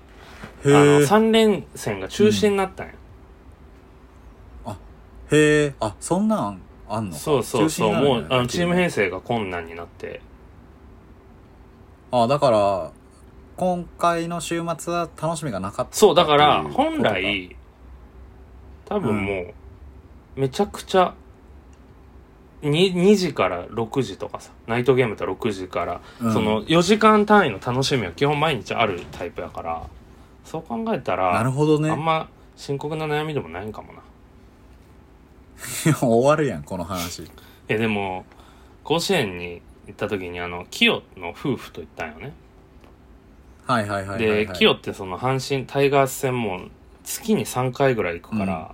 S2: へ
S1: の
S2: え
S1: 3連戦が中止になったんよ、
S2: へえあそんなんあんのか
S1: そうそうそう
S2: 中止にな
S1: も
S2: る
S1: うん
S2: だ
S1: あのチーム編成が困難になって
S2: あだから今回の週末は楽しみがなかった
S1: そうだから
S2: っていうこと
S1: 本来多分もうめちゃくちゃ 2, 2時から6時とかさナイトゲームだったら6時から、
S2: うん
S1: その4時間単位の楽しみは基本毎日あるタイプやからそう考えたら
S2: なるほど
S1: あん
S2: ね
S1: ま深刻な悩みでもないんかもな。
S2: 終わるやんこの話
S1: え、でも、甲子園に行った時に、あの、キヨの夫婦と行ったんよね。
S2: はいはいはいはいはい
S1: で、キヨってその阪神タイガース戦も月に3回ぐらい行くから、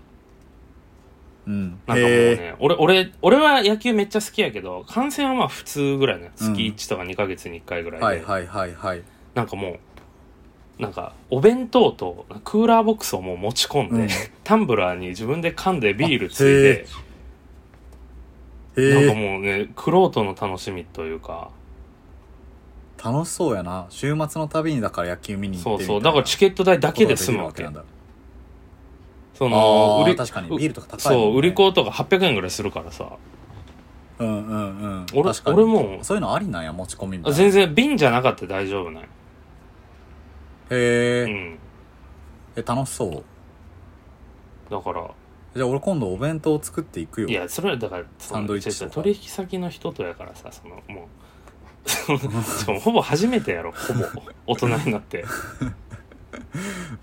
S2: うん
S1: なんかもう
S2: へえ
S1: ね、俺、俺、俺は野球めっちゃ好きやけど、観戦はまあ普通ぐらいね、月1とか2ヶ月に1回ぐらいで、
S2: はいはいはいはい
S1: なんかもう、なんかお弁当とクーラーボックスをもう持ち込んで、
S2: うん
S1: タンブラーに自分で噛んでビールついて、なんか
S2: へえ
S1: もうね、クロートの楽しみというか、
S2: 楽しそうやな週末のたびにだから野球見に行っ
S1: そ
S2: て
S1: うそう、
S2: みた
S1: だか
S2: い
S1: ら
S2: な
S1: チケット代だけで済むわ
S2: こと
S1: け
S2: ができる。なんだ
S1: その
S2: あー
S1: 売り
S2: 確かにビールとか高いもんね
S1: そう売り子とか800円ぐらいするからさ
S2: うんうんうん
S1: 俺
S2: 確かに
S1: 俺も
S2: そういうのありなんや持ち込みみた
S1: あ
S2: いなへ
S1: 全然瓶じゃなかったら大丈夫ないう
S2: え
S1: ん
S2: え楽しそう
S1: だから
S2: じゃあ俺今度お弁当作っていくよ
S1: いやそれはだからその
S2: サンドイッチ
S1: 違う違う
S2: とか
S1: 取引先の人とやからさそのもう そのしかもほぼ初めてやろほぼ大人になって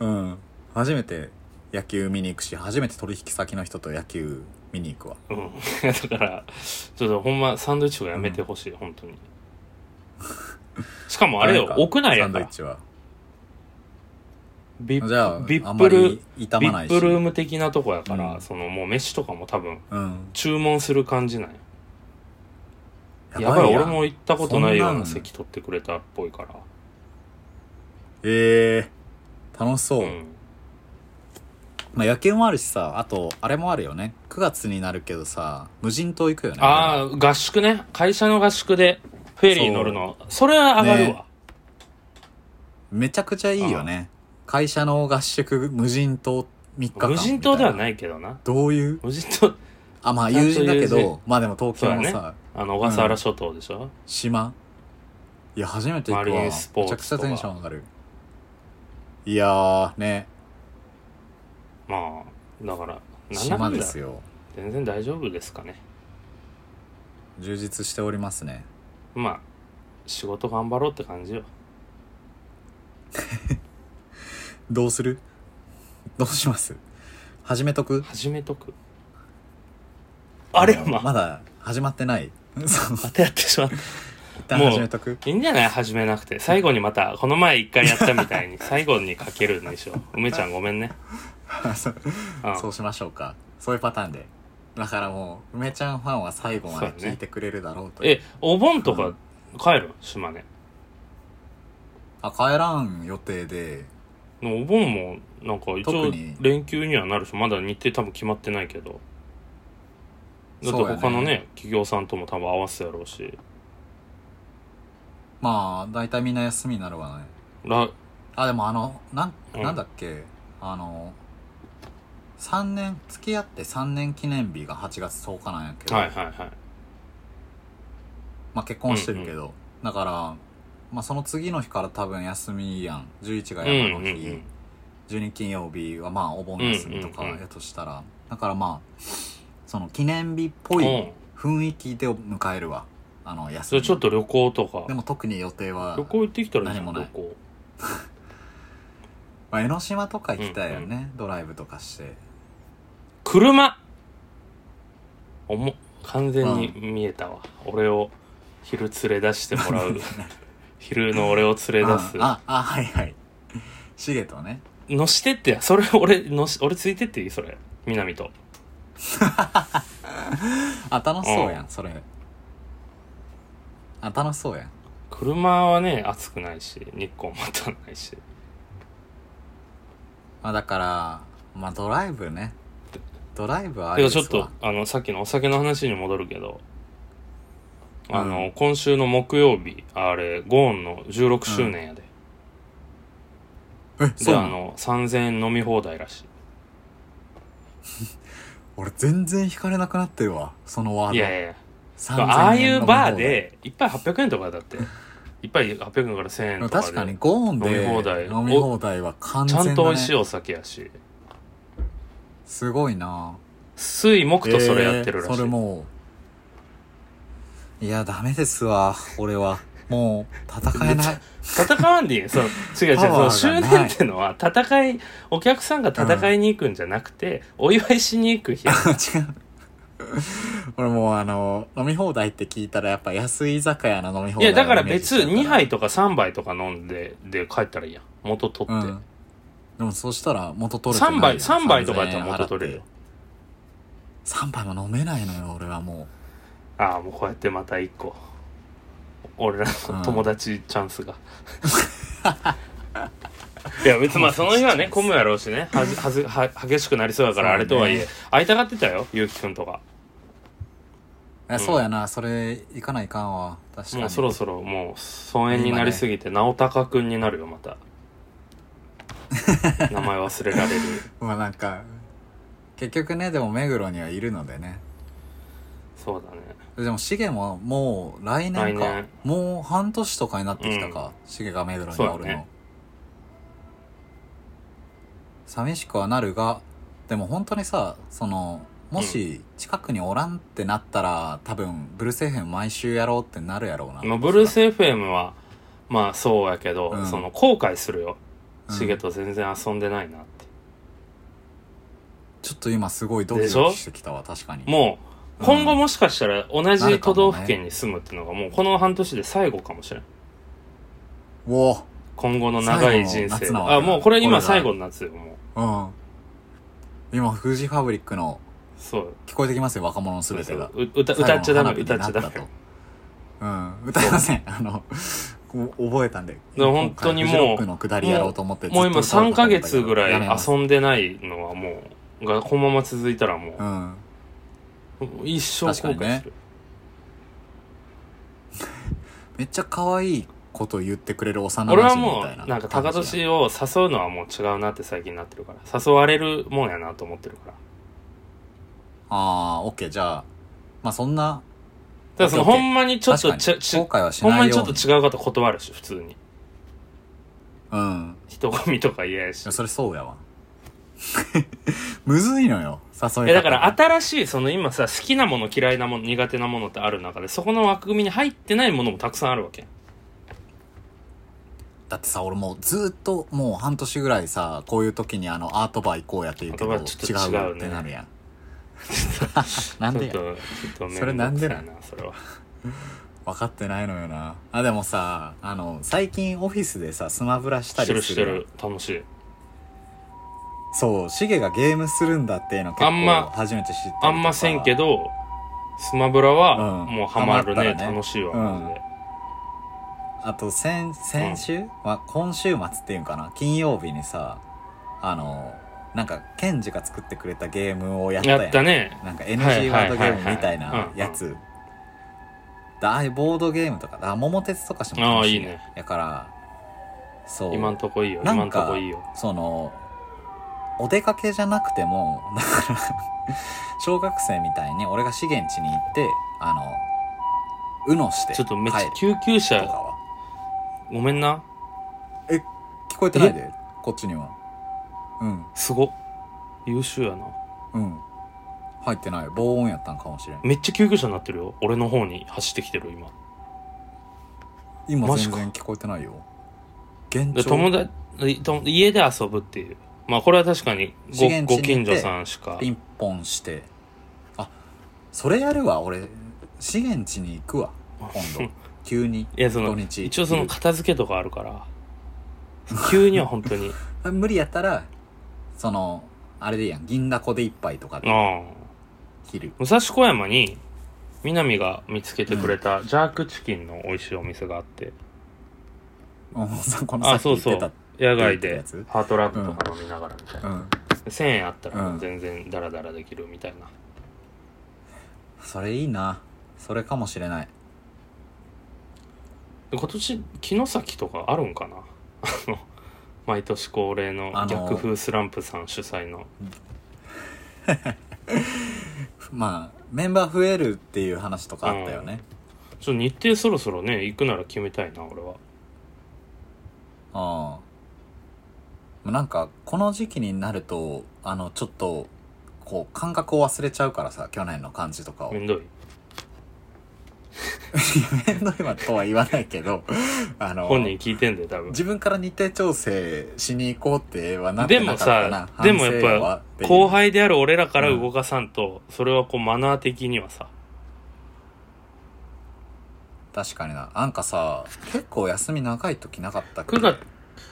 S2: うん初めて野球見に行くし初めて取引先の人と野球見に行くわ
S1: うん だからちょっとほんまサンドイッチとかやめてほしい、本当にしかもあれ
S2: なん
S1: よ
S2: か
S1: 屋内
S2: サ
S1: や
S2: ン
S1: か
S2: ドイッ
S1: ら
S2: チは
S1: ビ
S2: じゃあ
S1: ッビ
S2: あ
S1: ッ
S2: ん
S1: プ
S2: ま
S1: ル
S2: り傷
S1: ビ
S2: まない
S1: ッ
S2: し
S1: プルーム的なとこやから、
S2: うん
S1: そのもう飯とかも多分
S2: うん
S1: 注文する感じなんややば
S2: ば
S1: い
S2: いや
S1: 俺も行ったことないよう
S2: そん
S1: な
S2: なん
S1: 席取ってくれたっぽいから
S2: ええ楽しそう、
S1: うん
S2: まあ野球もあるしさあとあれもあるよね9月になるけどさ無人島行くよね
S1: ああ合宿ね会社の合宿でフェリー乗るのそれは上がるわ、
S2: めちゃくちゃいいよね会社の合宿無人島3日間
S1: 無人島ではいないけどな
S2: どういう
S1: 無人島
S2: あまあ
S1: ちゃんと
S2: 友人だけ
S1: 友人
S2: どまあでも東京の
S1: そう
S2: さ、
S1: だあの小笠原諸島でしょ、
S2: 島いや初めて行く
S1: マ
S2: わ
S1: リ
S2: め
S1: ンスポーツ
S2: ち
S1: と
S2: ゃ
S1: か
S2: くちゃテンション上がるいやーね
S1: まあだからなんだか
S2: 島
S1: んだ
S2: ですよ
S1: 全然大丈夫ですかね
S2: 充実しておりますね
S1: まあ仕事頑張ろうって感じよ
S2: どうするどうします始めとく
S1: 始めとくあれ
S2: の
S1: まあ
S2: まだ始まってない そう
S1: またやってしまった
S2: 一旦
S1: もう
S2: 始め とく
S1: いいんじゃない始めなくて。最後にまた、この前一回やったみたいに、最後にかけるんでしょう。梅ちゃんごめんね。
S2: そう
S1: うん。
S2: そうしましょうかそういうパターンでだからもう梅ちゃんファンは最後まで
S1: そうだね
S2: 聞いてくれるだろうという
S1: え、お盆と
S2: う
S1: か
S2: ん
S1: 帰る島根。
S2: あ帰らん予定で
S1: お盆も、なんか一
S2: 特
S1: 応
S2: に、
S1: 連休にはなるし、まだ日程多分決まってないけど。だって
S2: そうやね
S1: 他のね、企業さんとも多分合わせやろうし。
S2: まあ大体みんな休みになるわね
S1: ら、
S2: あでもあのなん
S1: うん
S2: なんだっけ、あの3年付き合って3年記念日が8月10日なんやけど、
S1: はいはいはい。
S2: まあ、結婚してるけど、だから、まあ、その次の日から多分休みやん11が山の日、
S1: うんうんうん
S2: 12金曜日はまあお盆休みとか
S1: うんうんうん
S2: やとしたら、だからまあその記念日っぽ
S1: う
S2: い
S1: ん。
S2: 雰囲気で迎えるわあの
S1: そ
S2: 休
S1: れ
S2: み
S1: ちょっと旅行とか
S2: で。も特に予定は
S1: 旅行行ってきたらいいじゃん、
S2: 何も
S1: 旅
S2: ない
S1: 行。
S2: まあ、江ノ島とか行きたいよね、ドライブとかして
S1: 車おも完全に見えたわ、俺を昼連れ出しても らう昼の俺を連れ出す
S2: あああはいはいシゲとね
S1: 乗してってそれ俺のし俺ついてっていいそれ南と
S2: あ楽しそうや
S1: う
S2: ん、それあ楽しそうやん
S1: 車はね暑くないし日光も当たんないし
S2: まあだからまあドライブねドライブはあ
S1: て
S2: りで
S1: か
S2: す
S1: ちょ
S2: わ
S1: っとあのさっきのお酒の話に戻るけどあの、
S2: うん
S1: 今週の木曜日あれゴーンの16周年やで、
S2: えそ
S1: で
S2: う
S1: あ
S2: なの
S1: の3000円飲み放題らしい
S2: 俺全然惹かれなくなってるわそのワード
S1: いやいやいや
S2: 3000円
S1: ああいうバー
S2: 飲み放題
S1: で、一杯800円とかだって。一杯800円から1000円とかで。
S2: 確かにゴーン
S1: 飲み放題
S2: で飲み放題は完
S1: ち
S2: 全
S1: ゃ
S2: だ、ね、
S1: んと美味しいお酒やし。
S2: すごいな
S1: 水木とそれやってるらしい。
S2: えーそれもういやダメですわ俺はもう戦えない
S1: 戦わんでいい よ。そう、違う違う。
S2: パ
S1: そ
S2: ワ
S1: う
S2: ーが
S1: 周
S2: ない
S1: 年ってのは、 戦い、お客さんが戦いに行くんじゃなくて、お祝いしに行く日や。
S2: 違う 俺もうあの飲み放題って聞いたらやっぱ安い居酒屋の飲み放
S1: い
S2: 題
S1: や
S2: を
S1: だから
S2: イメージし
S1: 別
S2: ちゃったな
S1: 2杯とか3杯とか飲んでで帰ったらいいやん元取って、
S2: うん、でもそうしたら元取れてな
S1: 3
S2: い
S1: 杯
S2: じゃん
S1: 3杯とかやったら元取れるよ
S2: 3000円払って3杯も飲めないのよ俺はも
S1: ああもうこうやってまた1個俺らの友達チャンスが、 いや別にまあその日はね混むやろうしねはずはずは激しくなりそうやからあれとはいえ、
S2: そうね
S1: 会いたがってたよゆうきくんとか
S2: ういやそうやな、それ行かないかんわ確かに
S1: もうそろそろもう疎遠になりすぎて直隆くんになるよま た名前忘れられる
S2: まあなんか結局ねでも目黒にはいるのでね
S1: そうだね
S2: でもシゲももう来年か
S1: 来年
S2: もう半年とかになってきたか、シゲが目黒にお
S1: そう
S2: るの、
S1: だね
S2: 寂しくはなるがでも本当にさそのもし近くにおらんってなったら、多分ブルース FM 毎週やろうってなるやろうな、
S1: まあ、ブルース FM はまあそうやけど、
S2: うん
S1: その後悔するよ
S2: うん
S1: シゲと全然遊んでないなって、
S2: ちょっと今すごいドキドキしてきたわ確かに
S1: もう
S2: うん
S1: 今後もしかしたら同
S2: なる
S1: じ
S2: かもね
S1: 都道府県に住むっていうのがもうこの半年で最後かもしれん
S2: うおー
S1: 今後の長い人
S2: 最後の夏
S1: 生
S2: なわけだ
S1: あもうこれ
S2: 俺
S1: 今
S2: ら
S1: 最後の夏よもう
S2: うん今フジファブリックの
S1: そう
S2: 聞こえてきますよ若者のすべてが
S1: う歌歌っちゃダメ歌
S2: 最
S1: っち
S2: 後
S1: ゃダ
S2: の花火になた
S1: メ
S2: とうん歌いませんあのこう覚えたんで
S1: ら本当にもう
S2: 今回フジロックの下りやろうと思って
S1: もう今
S2: ずっと歌お
S1: 3
S2: うと思
S1: ヶ
S2: ったけど
S1: 月ぐら
S2: やめま
S1: い
S2: す
S1: 遊んでないのはもうがこのまま続いたらも
S2: うん
S1: う、一生後
S2: 確かに
S1: 悔
S2: ね
S1: する、
S2: めっちゃ可愛いこと言ってくれる幼馴
S1: 俺は
S2: 染み
S1: も
S2: たいな
S1: うなんか高年を誘うのはもう違うなって最近なってるから誘われるもんやなと思ってるから
S2: ああオッケーじゃあまあそんな
S1: ただその
S2: オッケー
S1: ほんまにちょっ
S2: 確
S1: と
S2: かに
S1: ちょち
S2: 後
S1: ょ
S2: 悔はし
S1: ほん
S2: な
S1: ま
S2: い
S1: にち
S2: よ
S1: ょっ
S2: う
S1: と
S2: に
S1: 違う方断るし普通に
S2: うん
S1: 人混みとか嫌や
S2: い
S1: し
S2: やそれそうやわ むずいのよ誘い方
S1: えだから新しいその今さ好きなもの嫌いなもの苦手なものってある中でそこの枠組みに入ってないものもたくさんあるわけ
S2: だってさ俺もうずーっともう半年ぐらいさこういう時にあのアートバー行こうやって言うけど
S1: アートバーちょっと
S2: 違うよっ
S1: 違う
S2: て
S1: ね
S2: なるやん なんでや
S1: ちょっとちょっと面
S2: それなんでなん
S1: 倒くさいなそれは
S2: 分かってないのよなあでもさあの最近オフィスでさスマブラし
S1: したて
S2: り
S1: る
S2: す
S1: し
S2: る
S1: て
S2: やん
S1: る楽しい
S2: そうシゲがゲームするんだっていうの結
S1: あんま
S2: 構初めて知って
S1: あんませんけ
S2: ど
S1: どスマブラは
S2: うん
S1: もうハマるね,、
S2: ハマったらね
S1: 楽しいわ、
S2: うん
S1: マジで
S2: あと先先週、まあ、今週末っていうんかな金曜日にさあのなんかケンジが作ってくれたゲームをやったやん
S1: やったね
S2: なんか NG ワードゲームみた
S1: はいはいは
S2: い
S1: い
S2: な
S1: はい
S2: やつ。だああいうボードゲームとか、だ桃鉄とかしても楽しい、ね。
S1: ああいいね
S2: やから、そう。
S1: 今んとこいいよ
S2: な
S1: 今
S2: ん
S1: んと
S2: か
S1: こいいよ
S2: その、お出かけじゃなくても、だから、 小学生みたいに俺が資源地に行って、あの、うのして帰
S1: ちょ
S2: る
S1: っとめっちゃ
S2: と
S1: 救急
S2: か
S1: 車
S2: は。
S1: ごめんな
S2: 聞こえてないで、こっちには。うん、
S1: すごっ優秀やな
S2: うん。入ってない。防音やったんかもしれん。
S1: めっちゃ救急車になってるよ俺の方に走ってきてる今
S2: 今
S1: マジ
S2: 全
S1: か
S2: 然聞こえてないよ。現
S1: で
S2: 状。
S1: 友達と家で遊ぶっていうまあこれは確かに
S2: 資源
S1: ご
S2: 地
S1: ご
S2: に行
S1: 近
S2: っ
S1: 所
S2: て
S1: さんしか
S2: ピンポンしてあそれやるわ俺資源地に行くわ 今度急に
S1: いやそ
S2: 土
S1: の
S2: 日
S1: 一応その片付けとかあるから急には本 当に
S2: あ無理やったらそのあれでいいやん銀だこで一杯とかで
S1: ああ
S2: 切る
S1: 武蔵小山に南が見つけてくれたジャークチキンの美味しいお店があって、
S2: うんさこのさ
S1: あ
S2: っき
S1: そう
S2: 言っ
S1: そ
S2: てた
S1: う野
S2: 言
S1: 外
S2: ってたや
S1: で
S2: つ
S1: ハートラブとか飲みながらみたいな、
S2: うん
S1: 1000円あった
S2: うん
S1: ら全然ダラダラできるみたいな、
S2: それいいなそれかもしれない
S1: で今年城崎とかあるんかなあの毎年恒例の
S2: あの
S1: 逆風スランプさん主催の
S2: まあメンバー増えるっていう話とかあったよね、
S1: ちょっと日程そろそろね行くなら決めたいな俺は
S2: ああなんかこの時期になるとあのちょっとこう感覚を忘れちゃうからさ去年の感じとかを
S1: めんどい
S2: 面倒今とは言わないけど、あの、
S1: 本人聞いてんだよ多分
S2: 自分から日程調整しに行こうってはなっ
S1: で
S2: てなか
S1: も
S2: ったな
S1: さ。でもやっ
S2: 反省は
S1: ぱ
S2: ていう
S1: 後輩である俺らから動かさんと、それはこうマナー的にはさ
S2: 確かにな。なんかさ、結構休み長い時なかったっけ
S1: 9月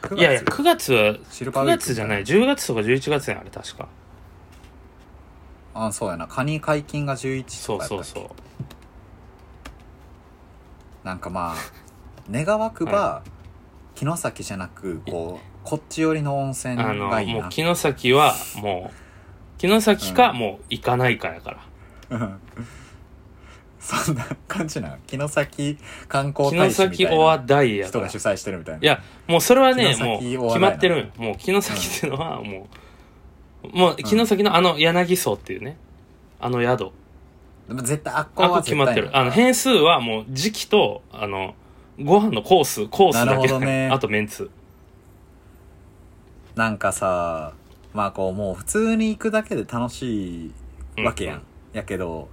S2: 9
S1: いやいや9月は
S2: シルバー
S1: 9
S2: ウィーク
S1: 月じゃない10月とか11月やんあれ確か
S2: あ、そうやな。カニ解禁が11
S1: そ
S2: と
S1: う
S2: かやった
S1: そ
S2: っ
S1: う
S2: け
S1: そう
S2: なんかまあ、願わくば、城崎じゃなく、こう、こっち寄りの温泉
S1: あの
S2: がいい
S1: もう
S2: な。
S1: 城崎はもう城崎か
S2: うん
S1: もう行かないかやから、
S2: うんそんな感じな。城崎観光
S1: 城
S2: 大使み
S1: 崎
S2: た
S1: お
S2: い
S1: わ
S2: な
S1: 大やか
S2: 人
S1: ら
S2: が主催してるみたい
S1: い
S2: な。
S1: やもうそれはね
S2: 城
S1: もう
S2: 崎
S1: 決
S2: お笑い
S1: ま
S2: な
S1: ってるんよもう城崎っていうのはもう、もう城崎のあの柳荘っていうねあの宿
S2: でも絶対あっこ
S1: あこ
S2: は
S1: 決
S2: 絶
S1: まっ
S2: 対
S1: てるあの変数はもう時期とあのご飯のコースコースだけ
S2: なるほどね
S1: あとメンツ
S2: なんかさ、まあこう、もう普通に行くだけで楽しいわけやん。
S1: うん
S2: やけど、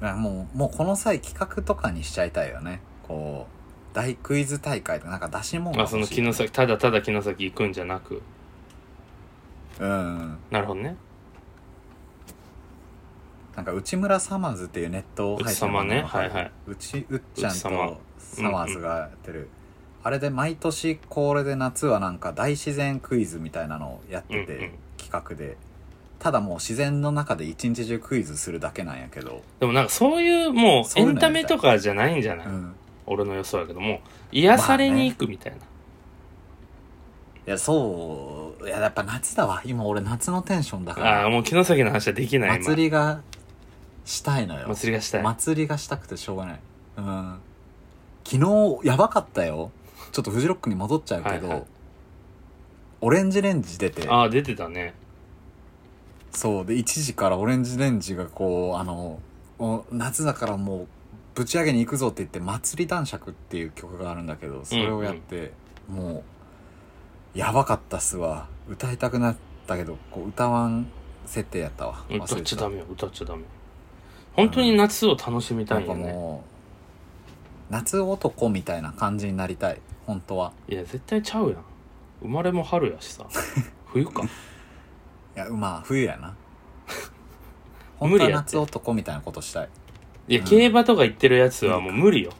S2: なもう、もうこの際企画とかにしちゃいたいよね。こう、大クイズ大会とか、なんか出し物が
S1: まあ
S2: 欲し
S1: そ
S2: い
S1: の城崎ただただ城崎行くんじゃなく
S2: うん。
S1: なるほどね
S2: なんか内村サマーズっていうネット配信の
S1: 内様ね
S2: わかる
S1: はいはいう
S2: ちうっちゃん
S1: 内様
S2: とサマーズがやってる、あれで毎年これで夏はなんか大自然クイズみたいなのをやってて、
S1: うんうん
S2: 企画でただもう自然の中で一日中クイズするだけなんやけど、
S1: でもなんかそういうもう
S2: そう
S1: エ
S2: いうの
S1: ンタメとかじゃないんじゃない、
S2: うん、
S1: 俺の予想やけどもう癒されに行くみたいな、
S2: いやそういややっぱ夏だわ今俺夏のテンションだか
S1: ああ
S2: ら
S1: もう城崎の話はできない今
S2: 祭りがしたいのよ
S1: 祭りがしたい、
S2: 祭りがしたくてしょうがない、うん、昨日やばかったよちょっとフジロックに戻っちゃうけど、
S1: はいはい
S2: オレンジレンジ出て
S1: ああ出てたね
S2: そうで1時からオレンジレンジがこうあのお夏だからもうぶち上げに行くぞって言って「祭り男爵」っていう曲があるんだけどそれをやって、もうやばかったっすわ歌いたくなったけどこう歌わん設定やったわ忘れ
S1: 歌ってちゃ
S2: た
S1: ダメよ歌っちゃダメ本当に夏を楽しみた
S2: なん
S1: い
S2: か
S1: よね、
S2: もう夏男みたいな感じになりたい本当はい
S1: や絶対ちゃうやん生まれも春やし さ冬か
S2: いやまあ冬や な本
S1: 無
S2: 当
S1: 理
S2: は
S1: やって
S2: 夏男みたいなことしたい
S1: いや、
S2: うん
S1: 競馬とか行ってるやつはもう無 理よ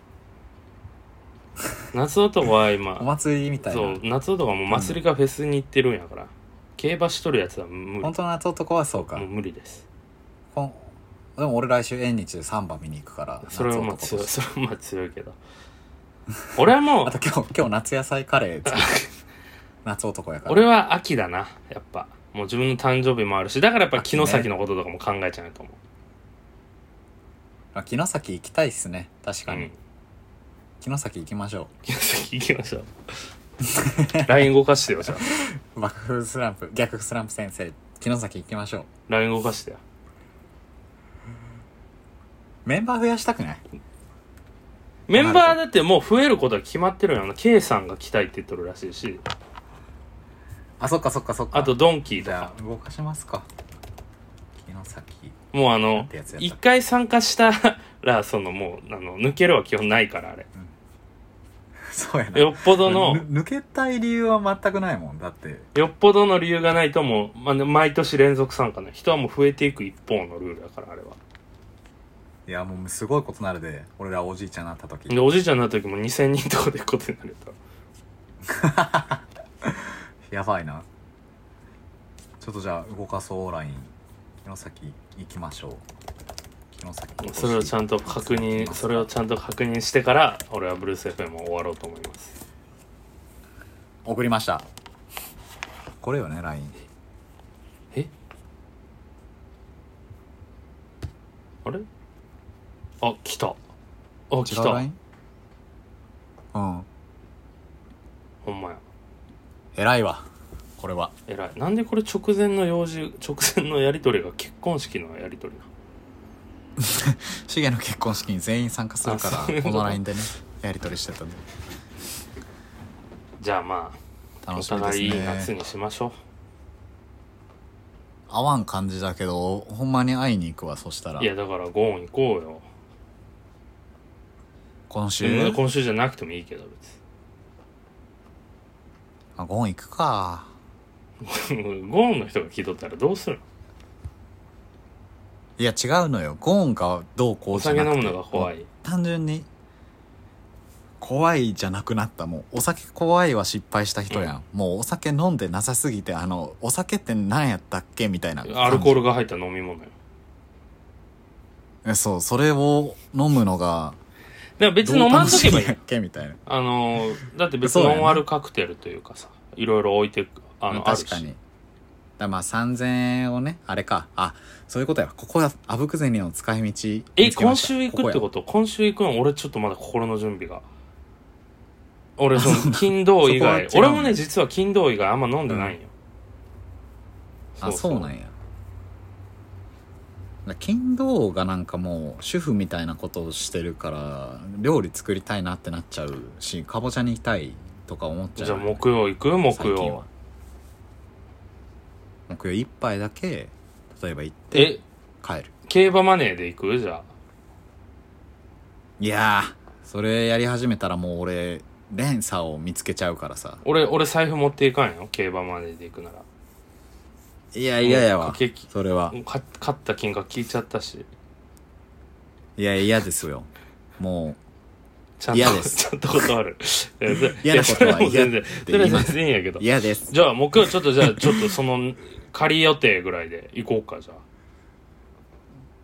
S1: 夏男は
S2: お
S1: 今
S2: 祭りみたい
S1: そう
S2: な
S1: 夏男はもう祭りかフェスに行ってるんやから、競馬しとるやつは無理も
S2: 本当の夏男はそうか、
S1: う無理です
S2: こんでも俺来週縁日でサンバ見に行くから
S1: それはまあ強い
S2: として
S1: それはまあ強いけど俺はもう
S2: あと今日今日夏野菜カレー 作る夏男やから
S1: 俺は秋だなやっぱもう自分の誕生日もあるしだからやっぱ城崎のこととかも考えちゃうと思う、
S2: あ城崎行きたいっすね確か
S1: う
S2: に、
S1: ん
S2: 城崎行きましょ
S1: 城崎行きましょ う LINE 動かしてよじゃあ
S2: う幕府スランプ逆スランプ先生城崎行きましょ
S1: LINE 動かしてよ
S2: うメンバー増やしたくない
S1: メンバーだってもう増えることは決まってるよな K さんが来たいって言っとるらしいし
S2: あそっかそっかそっか
S1: あとドンキー
S2: じ
S1: とか
S2: ゃあ動かしますか城崎
S1: もうあの
S2: てやつやった
S1: 一回参加したらそのもうあの抜けるは基本ないからあれ
S2: そうやな
S1: よっぽどの
S2: ぬ抜けたい理由は全くないもんだって
S1: よっぽどの理由がないともう、まあね、毎年連続参加ね人はもう増えていく一方のルールだからあれはい
S2: やもうすごいことなるで俺らおじいちゃんになった時
S1: でおじいちゃんになった時も2000人とかで行くことになる と
S2: やばいなちょっとじゃあ動かそうライン城崎行きましょう城崎
S1: それをちゃんと確認それをちゃんと確認してから俺はブルース FM を終わろうと思います
S2: 送りましたこれよねライン
S1: えあれあ来たあ来
S2: 違うライ
S1: た
S2: ンうん
S1: ほんまや
S2: 偉いわこれは
S1: えらいなんでこれ直前の用事直前のやり取りが結婚式のやり取りな
S2: シゲの結婚式に全員参加するか
S1: あそうい
S2: ら
S1: うこ
S2: ことのラインでねやり取りしてたんで
S1: じゃあまあお
S2: 楽しみで
S1: 互
S2: す
S1: い
S2: ね
S1: いい夏にしましょ
S2: 合わん感じだけどほんまに会いに行くわそしたら
S1: ういやだからゴーン行こうよ
S2: 今週、
S1: うん今週じゃなくてもいいけど
S2: あゴン行くか
S1: 別にゴーンの人が聞いとったらどうするの
S2: いや違うのよゴーンがどうこ
S1: お
S2: うじゃな
S1: 酒
S2: くて
S1: 飲むのが怖い
S2: 単純に怖いじゃなくなったもうお酒怖いは失敗した人やん、もうお酒飲んでなさすぎてあのお酒って何やったっけみたいな感じ
S1: アルコールが入った飲み物よ
S2: えそうそれを飲むのが
S1: でも別に飲まんとけばいい
S2: どう楽しんだっけみたいな
S1: あのだって別
S2: そう
S1: に
S2: だよね
S1: ノンアルカクテルというかさいろいろ置いてあ
S2: ま
S1: の
S2: あ
S1: あるし
S2: 確かにだからまあ3000円をねあれかあそういうことやここはあぶく銭の使い道見つけ
S1: え
S2: ました
S1: 今週行くって
S2: こ
S1: こと今週行くの俺ちょっとまだ心の準備が俺そ の金土以外
S2: そこは違う
S1: 俺も
S2: んだ
S1: ね実は金土以外あんま飲んでないんよ、
S2: こやあそうなんやだから金堂がなんかもう主婦みたいなことをしてるから料理作りたいなってなっちゃうしかぼちゃに行きたいとか思っちゃう
S1: じゃあ木曜行く木
S2: 最近
S1: 曜
S2: は木曜一杯だけ例えば行って
S1: え
S2: 帰る
S1: 競馬マネーで行くじゃあ
S2: いやーそれやり始めたらもう俺連鎖を見つけちゃうからさ
S1: 俺俺財布持っていかんよ競馬マネーで行くなら
S2: いやいややわ
S1: かけき
S2: それは
S1: もうか勝った金額聞いちゃったし
S2: いや嫌ですよも
S1: ちゃんと
S2: 嫌です
S1: ちゃんと断るいやそれ
S2: 嫌なことは嫌
S1: いやそ
S2: て言
S1: れ
S2: い
S1: も 全然それは
S2: ま
S1: 全然いいんやけど
S2: う嫌です
S1: じゃあ木曜ちょっとじゃあちょっとその仮予定ぐらいで行こうかじゃあ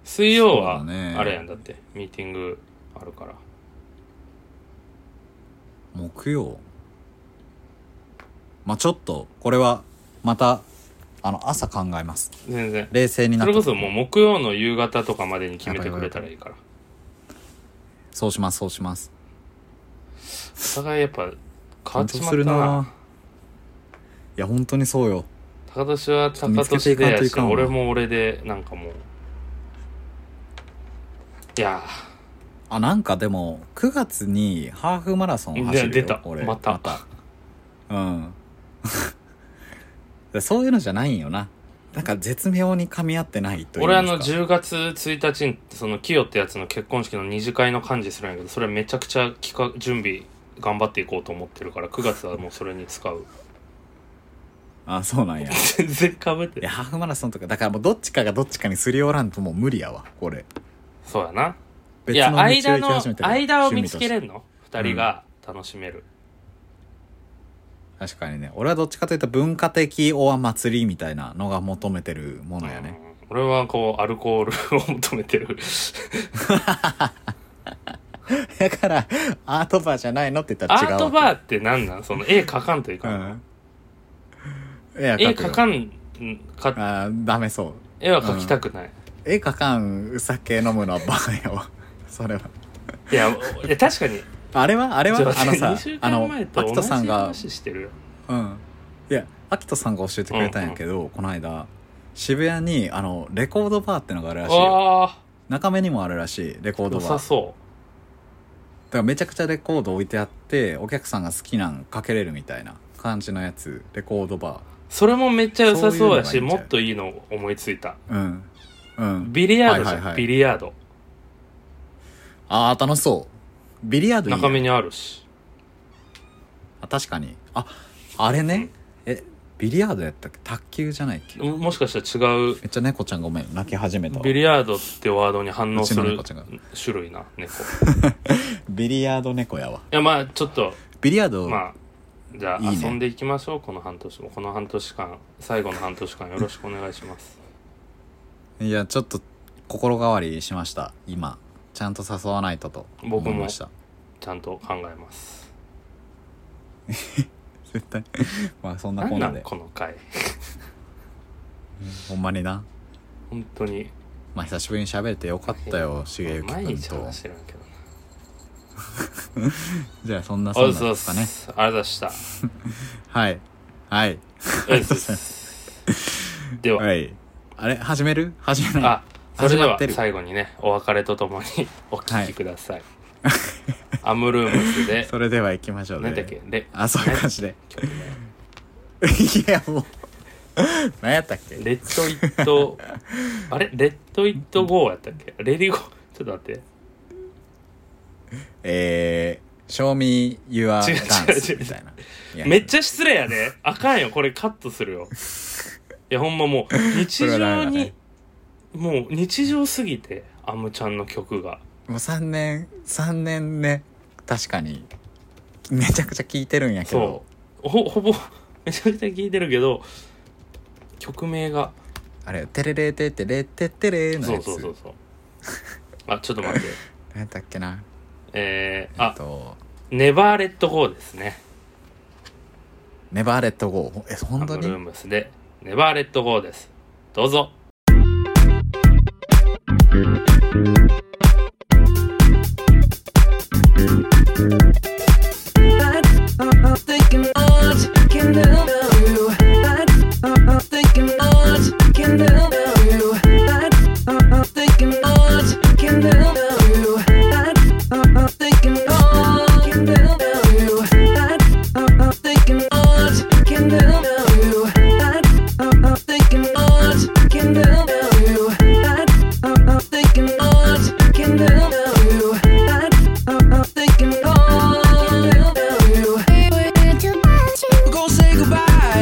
S1: 水曜は
S2: そうだね
S1: あれやんだってミーティングあるから
S2: 木曜まあちょっとこれはまたあの朝考えます
S1: 全然
S2: 冷静にな
S1: そ
S2: って
S1: れこそもう木曜の夕方とかまでに決めてくれたらいいから
S2: そうしますそうします
S1: お互いやっぱ変わっちまっ
S2: 緊張す
S1: た
S2: る
S1: ない
S2: や本当にそうよ
S1: 高年は
S2: ょっと見
S1: 高
S2: つけて
S1: 年で
S2: いかんと
S1: や
S2: い
S1: し
S2: かんわ
S1: 俺も俺でなんかもういや
S2: あなんかでも9月にハーフマラソン
S1: ー
S2: 走る
S1: で
S2: よ
S1: 出た
S2: 俺
S1: また
S2: うん でそういうのじゃないんよななんか絶妙に噛み合ってないという
S1: 俺あの
S2: か
S1: 10月1日にそのキヨってやつの結婚式の二次会の幹事するんやけどそれめちゃくちゃ企画準備頑張っていこうと思ってるから9月はもうそれに使う
S2: あそうなんやい
S1: 全然かぶって
S2: やハーフマラソンとかだからもうどっちかがどっちかにすり寄らんともう無理やわこれ
S1: そうやない
S2: 別
S1: いや
S2: の道を
S1: 間
S2: 行き
S1: の
S2: 始めてる
S1: 間を見つけ
S2: 趣
S1: れ
S2: 味
S1: んの2人が楽しめる、
S2: として確かにね俺はどっちかというと文化的おわ祭りみたいなのが求めてるものやね
S1: うん俺はこうアルコールを求めて る
S2: だからアートバーじゃないのって言った
S1: ア
S2: ら
S1: ー
S2: 違うわ
S1: トバーって何なんその絵描かんといかんの、
S2: うん、絵は
S1: 絵
S2: 描くよ
S1: 描かんか
S2: あーダメそう
S1: 絵は描きたくない、
S2: 絵描かん酒飲むのはバカやわ それはい
S1: やいや確かに
S2: あれはあれは
S1: じゃ
S2: あの
S1: 2
S2: さ
S1: 週
S2: あ
S1: 間
S2: の
S1: 前と
S2: 秋
S1: 同
S2: 人
S1: じ
S2: さんが
S1: 話してるよ
S2: うんいや秋人さんが教えてくれたんやけど、この間渋谷にあのレコードバーってのがあるらしいよ
S1: あ
S2: 中目にもあるらしいレコー
S1: あ
S2: ド
S1: 良
S2: バーだ
S1: さ
S2: か
S1: そ
S2: らめちゃくちゃレコード置いてあってお客さんが好きなんかけれるみたいな感じのやつレコードバ
S1: うそれもめっちゃ良さそうやし
S2: そういうのが
S1: も
S2: いいんちゃう
S1: っといいの思いついた
S2: ーうんうん
S1: ビリヤードじゃん、
S2: はいはいはい
S1: ビリヤード
S2: ああ楽しそうビリヤードいいね
S1: 中身にあるし
S2: あ確かにああれねえビリヤードやったっけ卓球じゃないっけめ
S1: ももしかしたら違う
S2: っちゃ猫ちゃんごめん泣き始めたわ
S1: ビリヤードってワードに反応す
S2: うちの
S1: る
S2: 猫ちゃんが
S1: 種類な猫い
S2: ビリヤード猫やわ
S1: やまあちょっと
S2: ビリヤード、
S1: まあじゃあ
S2: いいね
S1: 遊んでいきましょうこの半年もこの半年間最後の半年間よろしくお願いします
S2: いやちょっと心変わりしました今ちゃんと誘わないとと思
S1: 僕
S2: い
S1: も
S2: まし
S1: ち
S2: た
S1: ゃんと考えます
S2: 絶対 まあそんなこ
S1: 何
S2: ん
S1: な
S2: なんで
S1: この回
S2: ほんまにな
S1: 本当に
S2: まあ久しぶりに喋れてよかったよ茂之
S1: 毎
S2: 君
S1: 日
S2: と
S1: 話してるんだけど
S2: じゃあそんなそ
S1: お
S2: ん
S1: う
S2: な
S1: そう
S2: です
S1: す
S2: かね
S1: ありがとうございました
S2: はいはい
S1: おうす では、
S2: はいあれ始める始めない
S1: あそれで
S2: 始ま
S1: は
S2: ってる
S1: 最後にねお別れとともにお聞きください、アムルームスで
S2: それでは行きましょうね
S1: 何だっけレ
S2: あそういう感じで
S1: 曲ね
S2: いやもう何やったっけ
S1: レッドイッ トあれレッドイットゴーやったっけレディゴーちょっと待って
S2: えー、show me your
S1: 違う違う
S2: dance
S1: 違う
S2: みたいな。いや
S1: めっちゃ失礼やで。あかんよ、これカットするよ。いや、ほんまもう、日
S2: これは
S1: 常
S2: ダメだ
S1: に
S2: ね、
S1: もう日常すぎて、アムちゃんの曲が。
S2: もう3年、3年ね、確かに、めちゃくちゃ聴いてるんやけど
S1: そ、ほ、ほぼ、めちゃくちゃ聴いてるけど、曲名が、
S2: あれ、テレレテテレテテレの
S1: そ
S2: や
S1: う
S2: つ。
S1: そうそう そう。あ、ちょっと待って。
S2: 何やったっけな。
S1: えー、
S2: えっ
S1: あ、
S2: と、
S1: ネバーレッドゴーですね。
S2: ネバーレットゴー。え、
S1: ア
S2: 本当
S1: ム
S2: に
S1: ルームスで、ネバーレッドゴーです。どうぞ。
S3: uh, uh, We're gonna say goodbye,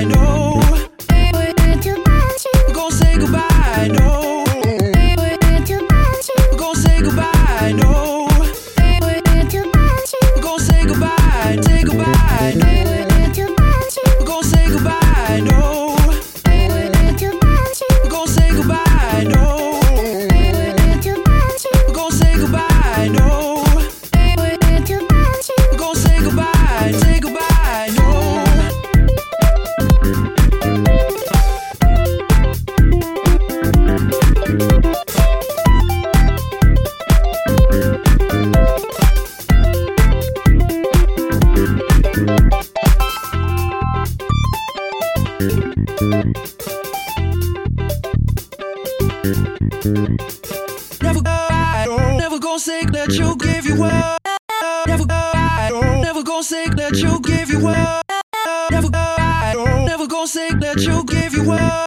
S3: no. We're gonna say goodbye, no. We're gonna say goodbye, no. We're gonna say goodbye, say goodbye, no. We're gonna say goodbye, no. We're gonna say goodbye, no. We're gonna say goodbye, no. We're gonna say goodbye, say goodbye, no. Never I don't never gonna say that you give you up. Never I don't never gonna say that you give you up. Never I don't never gonna say that you give you up.